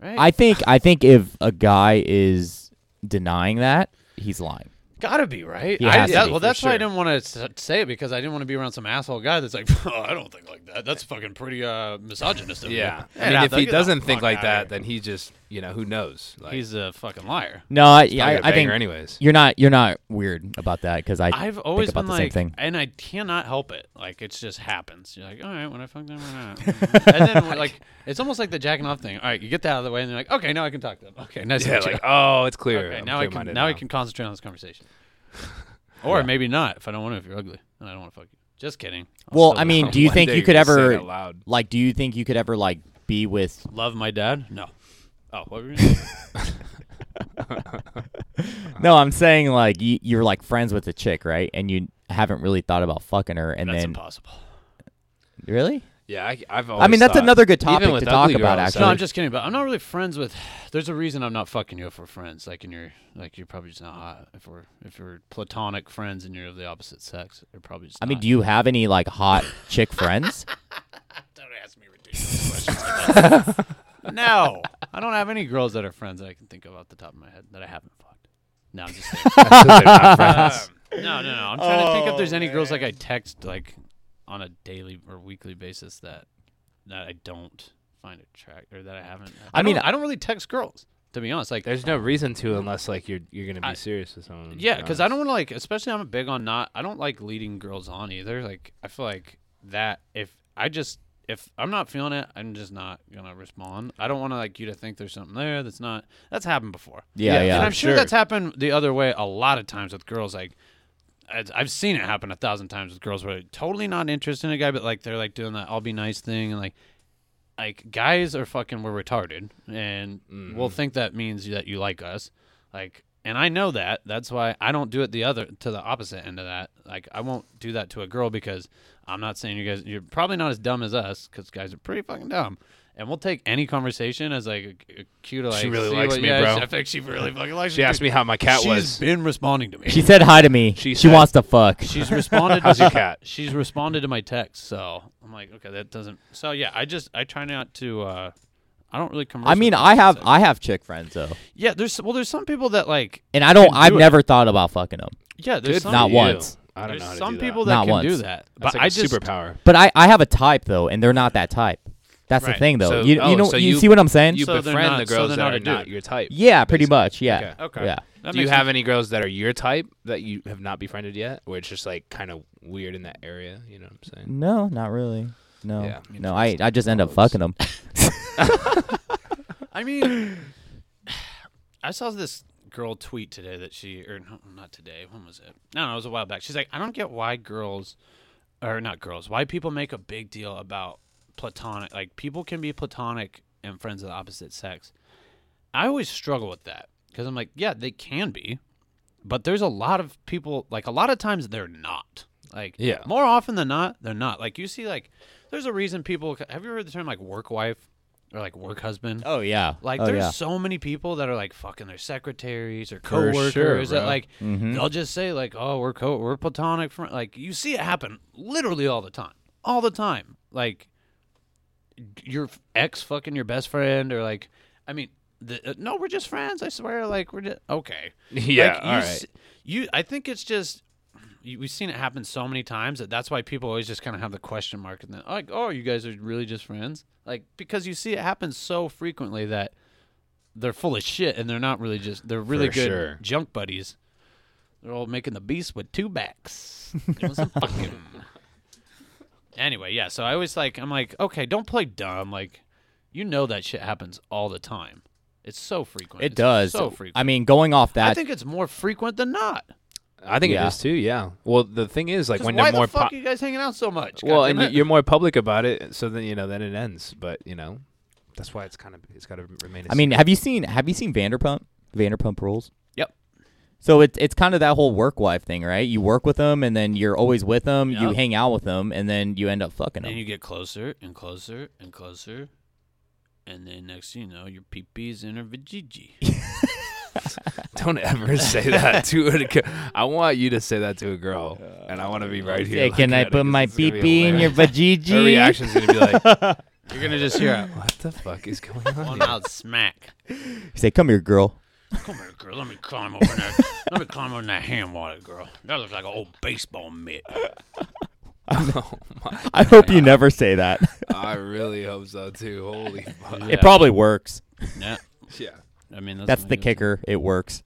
[SPEAKER 4] right?
[SPEAKER 7] I think I think if a guy is denying that, he's lying.
[SPEAKER 4] gotta be right.
[SPEAKER 7] He
[SPEAKER 4] I,
[SPEAKER 7] has to
[SPEAKER 4] that-
[SPEAKER 7] be,
[SPEAKER 4] well,
[SPEAKER 7] for
[SPEAKER 4] that's why I
[SPEAKER 7] sure.
[SPEAKER 4] didn't want to say it because I didn't want to be around some asshole guy that's like, "Oh, I don't think like that. That's fucking pretty uh, misogynist. Of you."
[SPEAKER 6] Yeah.
[SPEAKER 4] Hey,
[SPEAKER 6] I mean,
[SPEAKER 4] now,
[SPEAKER 6] if he
[SPEAKER 4] get the
[SPEAKER 6] doesn't think
[SPEAKER 4] fuck
[SPEAKER 6] like
[SPEAKER 4] outta
[SPEAKER 6] that,
[SPEAKER 4] here.
[SPEAKER 6] then he just, you know, who knows? Like,
[SPEAKER 4] he's a fucking liar.
[SPEAKER 7] No, I, I,
[SPEAKER 6] probably a
[SPEAKER 7] I think
[SPEAKER 6] banger anyways.
[SPEAKER 7] you're not you're not weird about that because I
[SPEAKER 4] I've always
[SPEAKER 7] think about
[SPEAKER 4] been
[SPEAKER 7] the
[SPEAKER 4] like,
[SPEAKER 7] same thing.
[SPEAKER 4] and I cannot help it. Like it's just happens. You're like, all right, when I fuck them, why not? and then we're like it's almost like the jacking off thing. All right, you get that out of the way, and you're like, okay, now I can talk to them. Okay, nice. to
[SPEAKER 6] Yeah,
[SPEAKER 4] meet you.
[SPEAKER 6] like, oh, it's clear.
[SPEAKER 4] okay,
[SPEAKER 6] I'm
[SPEAKER 4] now I can
[SPEAKER 6] clear-minded
[SPEAKER 4] now, I can concentrate on this conversation. or maybe not if I don't want to. If you're ugly and I don't want to fuck you. Just kidding. I'll
[SPEAKER 7] Well,
[SPEAKER 4] still
[SPEAKER 7] I mean,
[SPEAKER 4] love-
[SPEAKER 7] do you
[SPEAKER 6] One
[SPEAKER 7] think
[SPEAKER 6] day
[SPEAKER 7] you
[SPEAKER 6] you're
[SPEAKER 7] could
[SPEAKER 6] gonna say it
[SPEAKER 7] ever
[SPEAKER 6] out loud.
[SPEAKER 7] like? Do you think you could ever like be with?
[SPEAKER 4] love my dad? No. Oh, what were you? Gonna say?
[SPEAKER 7] No, I'm saying like you, you're like friends with a chick, right? And you haven't really thought about fucking her, and
[SPEAKER 4] That's
[SPEAKER 7] then
[SPEAKER 4] impossible.
[SPEAKER 7] really,
[SPEAKER 6] Yeah, I, I've
[SPEAKER 7] I mean, that's
[SPEAKER 6] thought-
[SPEAKER 7] another good
[SPEAKER 6] even
[SPEAKER 7] topic
[SPEAKER 6] with
[SPEAKER 7] to talk
[SPEAKER 6] ugly
[SPEAKER 7] about,
[SPEAKER 6] girls,
[SPEAKER 7] actually.
[SPEAKER 4] No,
[SPEAKER 6] I-
[SPEAKER 4] I'm just kidding. But I'm not really friends with. There's a reason I'm not fucking you if we're friends. Like, and you're like you're probably just not hot. If we're if we're platonic friends and you're of the opposite sex, you're probably just.
[SPEAKER 7] I mean,
[SPEAKER 4] not.
[SPEAKER 7] do you have any like hot chick friends?
[SPEAKER 4] Don't ask me ridiculous questions. like that. no, I don't have any girls that are friends that I can think of off the top of my head that I haven't fucked. No, I'm just. kidding. Um, no, no, no. I'm trying to think if there's any girls like I text like on a daily or weekly basis that that I don't find attractive or that I haven't. I,
[SPEAKER 7] mean,
[SPEAKER 4] don't- I don't really text girls to be honest. Like,
[SPEAKER 6] There's no reason to unless like you're you're gonna be
[SPEAKER 4] I-
[SPEAKER 6] serious with someone.
[SPEAKER 4] Yeah, because I don't
[SPEAKER 6] honest.
[SPEAKER 4] want to like, especially I'm big on not. I don't like leading girls on either. Like I feel like that if I just if I'm not feeling it, I'm just not gonna respond. I don't want to like you to think there's something there that's not. That's happened before.
[SPEAKER 7] Yeah, Yeah, yeah.
[SPEAKER 4] And I'm
[SPEAKER 7] for
[SPEAKER 4] sure,
[SPEAKER 6] sure.
[SPEAKER 4] that's happened the other way a lot of times with girls. Like I- I've seen it happen a thousand times with girls where they're totally not interested in a guy, but like they're like doing that "I'll be nice" thing and like. Like guys are fucking we're retarded, and
[SPEAKER 6] Mm-hmm.
[SPEAKER 4] we'll think that means that you like us, like and i know that that's why i don't do it the other to the opposite end of that like i won't do that to a girl because i'm not saying you guys you're probably not as dumb as us because guys are pretty fucking dumb and we'll take any conversation as like a, a cue to like
[SPEAKER 6] She really
[SPEAKER 4] see
[SPEAKER 6] likes
[SPEAKER 4] what-
[SPEAKER 6] me,
[SPEAKER 4] yeah,
[SPEAKER 6] bro.
[SPEAKER 4] she- i think she really fucking likes
[SPEAKER 6] She asked me how my cat
[SPEAKER 4] she's
[SPEAKER 6] was.
[SPEAKER 4] been responding to me
[SPEAKER 7] she said hi to me.
[SPEAKER 6] She
[SPEAKER 7] She,
[SPEAKER 6] said-
[SPEAKER 7] wants to fuck.
[SPEAKER 4] she's responded
[SPEAKER 6] How's your cat?
[SPEAKER 4] she's responded to my text so i'm like okay that doesn't so yeah i just i try not to uh i don't really converse
[SPEAKER 7] I mean,
[SPEAKER 4] with
[SPEAKER 7] I have
[SPEAKER 4] people, so-
[SPEAKER 7] I have chick friends though,
[SPEAKER 4] yeah there's well there's some people that like
[SPEAKER 7] and I don't.
[SPEAKER 4] do
[SPEAKER 7] I've
[SPEAKER 4] it.
[SPEAKER 7] never thought about fucking them,
[SPEAKER 4] yeah there's
[SPEAKER 6] Good
[SPEAKER 4] some
[SPEAKER 6] for
[SPEAKER 7] Not
[SPEAKER 6] you.
[SPEAKER 7] once.
[SPEAKER 6] I don't
[SPEAKER 4] There's
[SPEAKER 6] know how to
[SPEAKER 4] some
[SPEAKER 6] do
[SPEAKER 4] people
[SPEAKER 6] that.
[SPEAKER 4] that
[SPEAKER 7] Not
[SPEAKER 4] can do
[SPEAKER 7] once.
[SPEAKER 4] that, but
[SPEAKER 6] That's like
[SPEAKER 4] I
[SPEAKER 6] a
[SPEAKER 4] just
[SPEAKER 6] superpower.
[SPEAKER 7] but I I have a type though, and they're not that type. That's
[SPEAKER 4] Right.
[SPEAKER 7] the thing though.
[SPEAKER 6] So-
[SPEAKER 7] you you
[SPEAKER 6] oh,
[SPEAKER 7] know
[SPEAKER 6] so
[SPEAKER 7] you,
[SPEAKER 6] you-
[SPEAKER 7] see what I'm saying?
[SPEAKER 6] You
[SPEAKER 4] So they're
[SPEAKER 6] befriend
[SPEAKER 4] not-
[SPEAKER 6] the
[SPEAKER 4] so
[SPEAKER 6] girls
[SPEAKER 4] they're
[SPEAKER 6] that
[SPEAKER 4] not
[SPEAKER 6] are
[SPEAKER 4] a
[SPEAKER 6] not
[SPEAKER 4] dude.
[SPEAKER 6] your type.
[SPEAKER 7] yeah, pretty
[SPEAKER 6] basically.
[SPEAKER 7] much. Yeah.
[SPEAKER 6] Okay.
[SPEAKER 4] Okay.
[SPEAKER 7] Yeah.
[SPEAKER 4] That
[SPEAKER 6] do you
[SPEAKER 4] makes
[SPEAKER 6] have
[SPEAKER 4] sense.
[SPEAKER 6] any girls that are your type that you have not befriended yet, where it's just like kind of weird in that area? You know what I'm saying?
[SPEAKER 7] No, not really. No,
[SPEAKER 6] Yeah.
[SPEAKER 7] no. I I just end up fucking them.
[SPEAKER 4] I mean, I saw this girl tweet today that she, or no, not today. When was it? No, no, it was a while back. She's like, I don't get why girls, or not girls, why people make a big deal about platonic. Like people can be platonic and friends of the opposite sex. I always struggle with that because I'm like, yeah, they can be, but there's a lot of people. Like a lot of times they're not. Like
[SPEAKER 6] Yeah.
[SPEAKER 4] more often than not, they're not. Like you see, like there's a reason people. Have you heard the term like work wife or like work husband?
[SPEAKER 7] Oh yeah.
[SPEAKER 4] Like
[SPEAKER 7] oh,
[SPEAKER 4] there's
[SPEAKER 7] yeah.
[SPEAKER 4] so many people that are like fucking their secretaries or
[SPEAKER 6] For sure,
[SPEAKER 4] coworkers that
[SPEAKER 6] bro.
[SPEAKER 4] like they'll just say like oh we're co we're platonic friends like you see it happen literally all the time all the time like your f- ex fucking your best friend or like I mean the, uh, no we're just friends I swear like we're just okay
[SPEAKER 6] Yeah,
[SPEAKER 4] like, you
[SPEAKER 6] all right.
[SPEAKER 4] s- you I think it's just you, we've seen it happen so many times that that's why people always just kind of have the question mark and then like oh you guys are really just friends like because you see it happen so frequently that they're full of shit and they're not really just they're really
[SPEAKER 6] For
[SPEAKER 4] good
[SPEAKER 6] sure.
[SPEAKER 4] junk buddies they're all making the beast with two backs doing some fucking anyway yeah so i always like i'm like okay don't play dumb like you know that shit happens all the time it's so frequent
[SPEAKER 7] It
[SPEAKER 4] It's
[SPEAKER 7] does.
[SPEAKER 4] so frequent
[SPEAKER 7] I mean, going off that.
[SPEAKER 4] I think it's more frequent than not.
[SPEAKER 6] I think it
[SPEAKER 7] Yeah.
[SPEAKER 6] is too. Yeah. Well, the thing is, like,
[SPEAKER 4] 'Cause
[SPEAKER 6] when
[SPEAKER 4] why
[SPEAKER 6] they're
[SPEAKER 4] the
[SPEAKER 6] more
[SPEAKER 4] fuck
[SPEAKER 6] po-
[SPEAKER 4] are you guys hanging out so much?
[SPEAKER 6] well,
[SPEAKER 4] God
[SPEAKER 6] and
[SPEAKER 4] damn
[SPEAKER 6] y-
[SPEAKER 4] it.
[SPEAKER 6] you're more public about it, so then you know then it ends. But you know, that's why it's kind of it's got to remain. I
[SPEAKER 7] I mean, have you seen have you seen Vanderpump? Vanderpump Rules.
[SPEAKER 4] Yep.
[SPEAKER 7] So it's it's kind of that whole work wife thing, right? You work with them, and then you're always with them. You
[SPEAKER 4] Yep.
[SPEAKER 7] hang out with them, and then you end up fucking them.
[SPEAKER 4] And you get closer and closer and closer, and then next thing you know, your peepee's in her vajiji.
[SPEAKER 6] Don't ever say that to a girl. I want you to say that to a girl, and I want to be right here.
[SPEAKER 7] Hey, can
[SPEAKER 6] looking
[SPEAKER 7] I
[SPEAKER 6] at it
[SPEAKER 7] put
[SPEAKER 6] 'cause
[SPEAKER 7] my
[SPEAKER 6] it's gonna
[SPEAKER 7] pee
[SPEAKER 6] be
[SPEAKER 7] pee in your
[SPEAKER 6] hilarious. Her
[SPEAKER 7] vajiji?
[SPEAKER 6] reaction's gonna be like,
[SPEAKER 4] You're gonna just hear a
[SPEAKER 6] Uh, "What the fuck is going on?"
[SPEAKER 4] one out smack.
[SPEAKER 7] Say, come here, girl.
[SPEAKER 4] Come here, girl. Let me climb over that. let me climb over that hand water, girl. That looks like an old baseball mitt.
[SPEAKER 7] I hope you never say that.
[SPEAKER 6] Oh I really hope so too. Holy fuck!
[SPEAKER 7] It probably works.
[SPEAKER 4] Yeah.
[SPEAKER 6] Yeah,
[SPEAKER 4] I mean, that's,
[SPEAKER 7] That's
[SPEAKER 4] what
[SPEAKER 7] the
[SPEAKER 4] it is.
[SPEAKER 7] kicker. It works.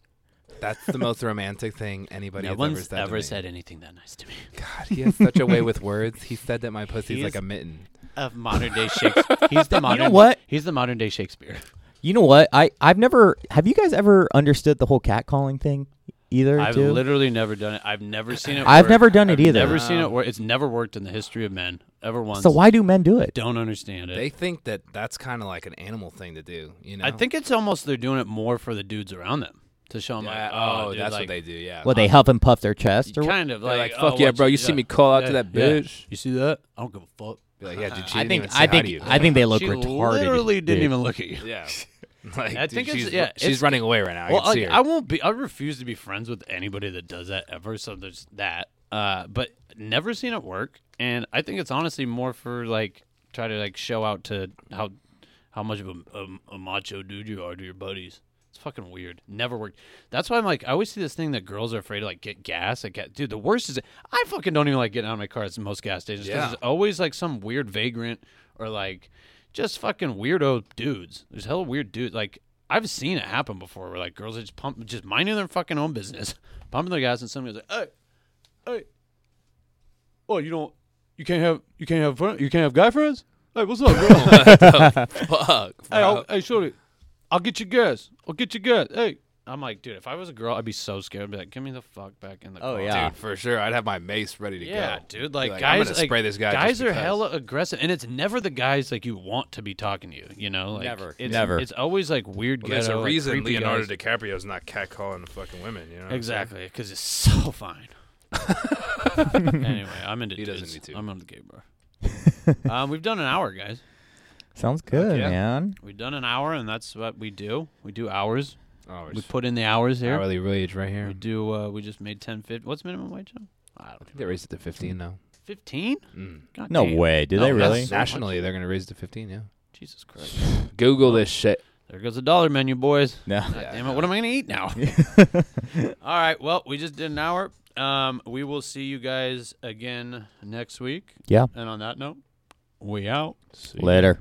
[SPEAKER 6] that's the most romantic thing anybody
[SPEAKER 4] No
[SPEAKER 6] has
[SPEAKER 4] one's
[SPEAKER 6] ever said. to
[SPEAKER 4] ever
[SPEAKER 6] me.
[SPEAKER 4] said anything that nice to me.
[SPEAKER 6] God, he has such a way with words. He said that my pussy's
[SPEAKER 4] He
[SPEAKER 6] like
[SPEAKER 4] is-
[SPEAKER 6] a mitten.
[SPEAKER 4] Of modern day Shakespeare. He's the modern.
[SPEAKER 7] what?
[SPEAKER 4] He's the modern day Shakespeare.
[SPEAKER 7] You know what? I I've never. Have you guys ever understood the whole catcalling thing either?
[SPEAKER 4] I've
[SPEAKER 7] too?
[SPEAKER 4] literally never done it. I've never seen it.
[SPEAKER 7] I've
[SPEAKER 4] work.
[SPEAKER 7] never done it either.
[SPEAKER 4] Never seen it. Work. It's never worked in the history of men ever once.
[SPEAKER 7] so why do men do it?
[SPEAKER 4] Don't understand it.
[SPEAKER 6] They think that that's kind of like an animal thing to do. You know,
[SPEAKER 4] I think it's almost they're doing it more for the dudes around them to show them
[SPEAKER 6] Yeah,
[SPEAKER 4] like, oh,
[SPEAKER 6] oh,
[SPEAKER 4] dude,
[SPEAKER 6] that's
[SPEAKER 4] like,
[SPEAKER 6] what they do. Yeah.
[SPEAKER 7] Well, they huff and puff their chest, or what?
[SPEAKER 4] kind of
[SPEAKER 6] They're
[SPEAKER 4] like,
[SPEAKER 6] like, fuck
[SPEAKER 4] oh,
[SPEAKER 6] yeah,
[SPEAKER 4] what
[SPEAKER 6] bro, you see me call out to
[SPEAKER 4] yeah,
[SPEAKER 6] that
[SPEAKER 4] yeah.
[SPEAKER 6] bitch.
[SPEAKER 4] You see that? I don't give a fuck.
[SPEAKER 6] Be like, yeah, dude, she
[SPEAKER 7] I
[SPEAKER 6] didn't
[SPEAKER 7] think
[SPEAKER 6] even say
[SPEAKER 7] I
[SPEAKER 6] hi to you.
[SPEAKER 7] think I think they look
[SPEAKER 4] she
[SPEAKER 7] retarded.
[SPEAKER 4] literally didn't
[SPEAKER 7] dude.
[SPEAKER 4] even look at you.
[SPEAKER 6] Yeah. Like,
[SPEAKER 4] I
[SPEAKER 6] dude,
[SPEAKER 4] think it's-
[SPEAKER 6] she's,
[SPEAKER 4] yeah,
[SPEAKER 6] she's
[SPEAKER 4] it's-
[SPEAKER 6] running away right now. I
[SPEAKER 4] well,
[SPEAKER 6] can see
[SPEAKER 4] like,
[SPEAKER 6] her.
[SPEAKER 4] I won't be. I refuse to be friends with anybody that does that ever. So there's that. Uh, but never seen it work, and I think it's honestly more for like try to like show out to how how much of a, a, a macho dude you are to your buddies. It's fucking weird. Never worked. That's why I'm like, I always see this thing that girls are afraid to like get gas. Like, get, dude, the worst is I fucking don't even like getting out of my car at most gas stations because
[SPEAKER 6] Yeah.
[SPEAKER 4] there's always like some weird vagrant or like just fucking weirdo dudes. There's hella weird dudes. Like, I've seen it happen before where like girls are just pump, just minding their fucking own business, pumping their gas, and somebody's like, hey, hey, oh, you don't, you can't have, you can't have, friend, you can't have guy friends. Hey, what's up, girl?
[SPEAKER 6] fuck.
[SPEAKER 4] hey, I'll, hey, shorty, I'll get your gas. I'll get your gas. Hey, I'm like, dude, if I was a girl, I'd be so scared. I'd be like, give me the fuck back in the
[SPEAKER 7] Oh
[SPEAKER 4] car.
[SPEAKER 7] yeah.
[SPEAKER 6] Dude, for sure. I'd have my mace ready to
[SPEAKER 4] Yeah,
[SPEAKER 6] go.
[SPEAKER 4] dude.
[SPEAKER 6] Be
[SPEAKER 4] Like,
[SPEAKER 6] I'm
[SPEAKER 4] guys,
[SPEAKER 6] gonna
[SPEAKER 4] like,
[SPEAKER 6] spray this guy.
[SPEAKER 4] Guys
[SPEAKER 6] just
[SPEAKER 4] are
[SPEAKER 6] because.
[SPEAKER 4] hella aggressive, and it's never the guys like you want to be talking to you. You know, like
[SPEAKER 6] Never.
[SPEAKER 4] it's,
[SPEAKER 7] Never.
[SPEAKER 4] It's always like weird.
[SPEAKER 6] Well, there's
[SPEAKER 4] ghetto,
[SPEAKER 6] a
[SPEAKER 4] like,
[SPEAKER 6] reason
[SPEAKER 4] creepy
[SPEAKER 6] Leonardo
[SPEAKER 4] guys.
[SPEAKER 6] DiCaprio's not catcalling the fucking women. You know what I'm saying?
[SPEAKER 4] Exactly, because it's so fine. anyway, I'm into.
[SPEAKER 6] He doesn't
[SPEAKER 4] dudes.
[SPEAKER 6] need to.
[SPEAKER 4] I'm on the gay bar. um, we've done an hour, guys.
[SPEAKER 7] Sounds good,
[SPEAKER 6] yeah.
[SPEAKER 7] man.
[SPEAKER 4] We've done an hour, and that's what we do. We do hours.
[SPEAKER 6] Hours.
[SPEAKER 4] We put in the hours here.
[SPEAKER 6] Hourly wage right here.
[SPEAKER 4] We do. Uh, we just made ten fifty. What's minimum wage? now? I don't know.
[SPEAKER 6] They raised it to 15 now.
[SPEAKER 4] Fifteen?
[SPEAKER 7] No way. Do they
[SPEAKER 4] that's-
[SPEAKER 7] really?
[SPEAKER 4] So
[SPEAKER 6] Nationally, they're going to raise it to 15, yeah.
[SPEAKER 4] Jesus Christ!
[SPEAKER 6] Google this shit.
[SPEAKER 4] There goes the dollar menu, boys.
[SPEAKER 7] No.
[SPEAKER 4] God damn it! What am I gonna eat now? All right. Well, we just did an hour. Um, we will see you guys again next week.
[SPEAKER 7] Yeah.
[SPEAKER 4] And on that note, we out.
[SPEAKER 7] Later.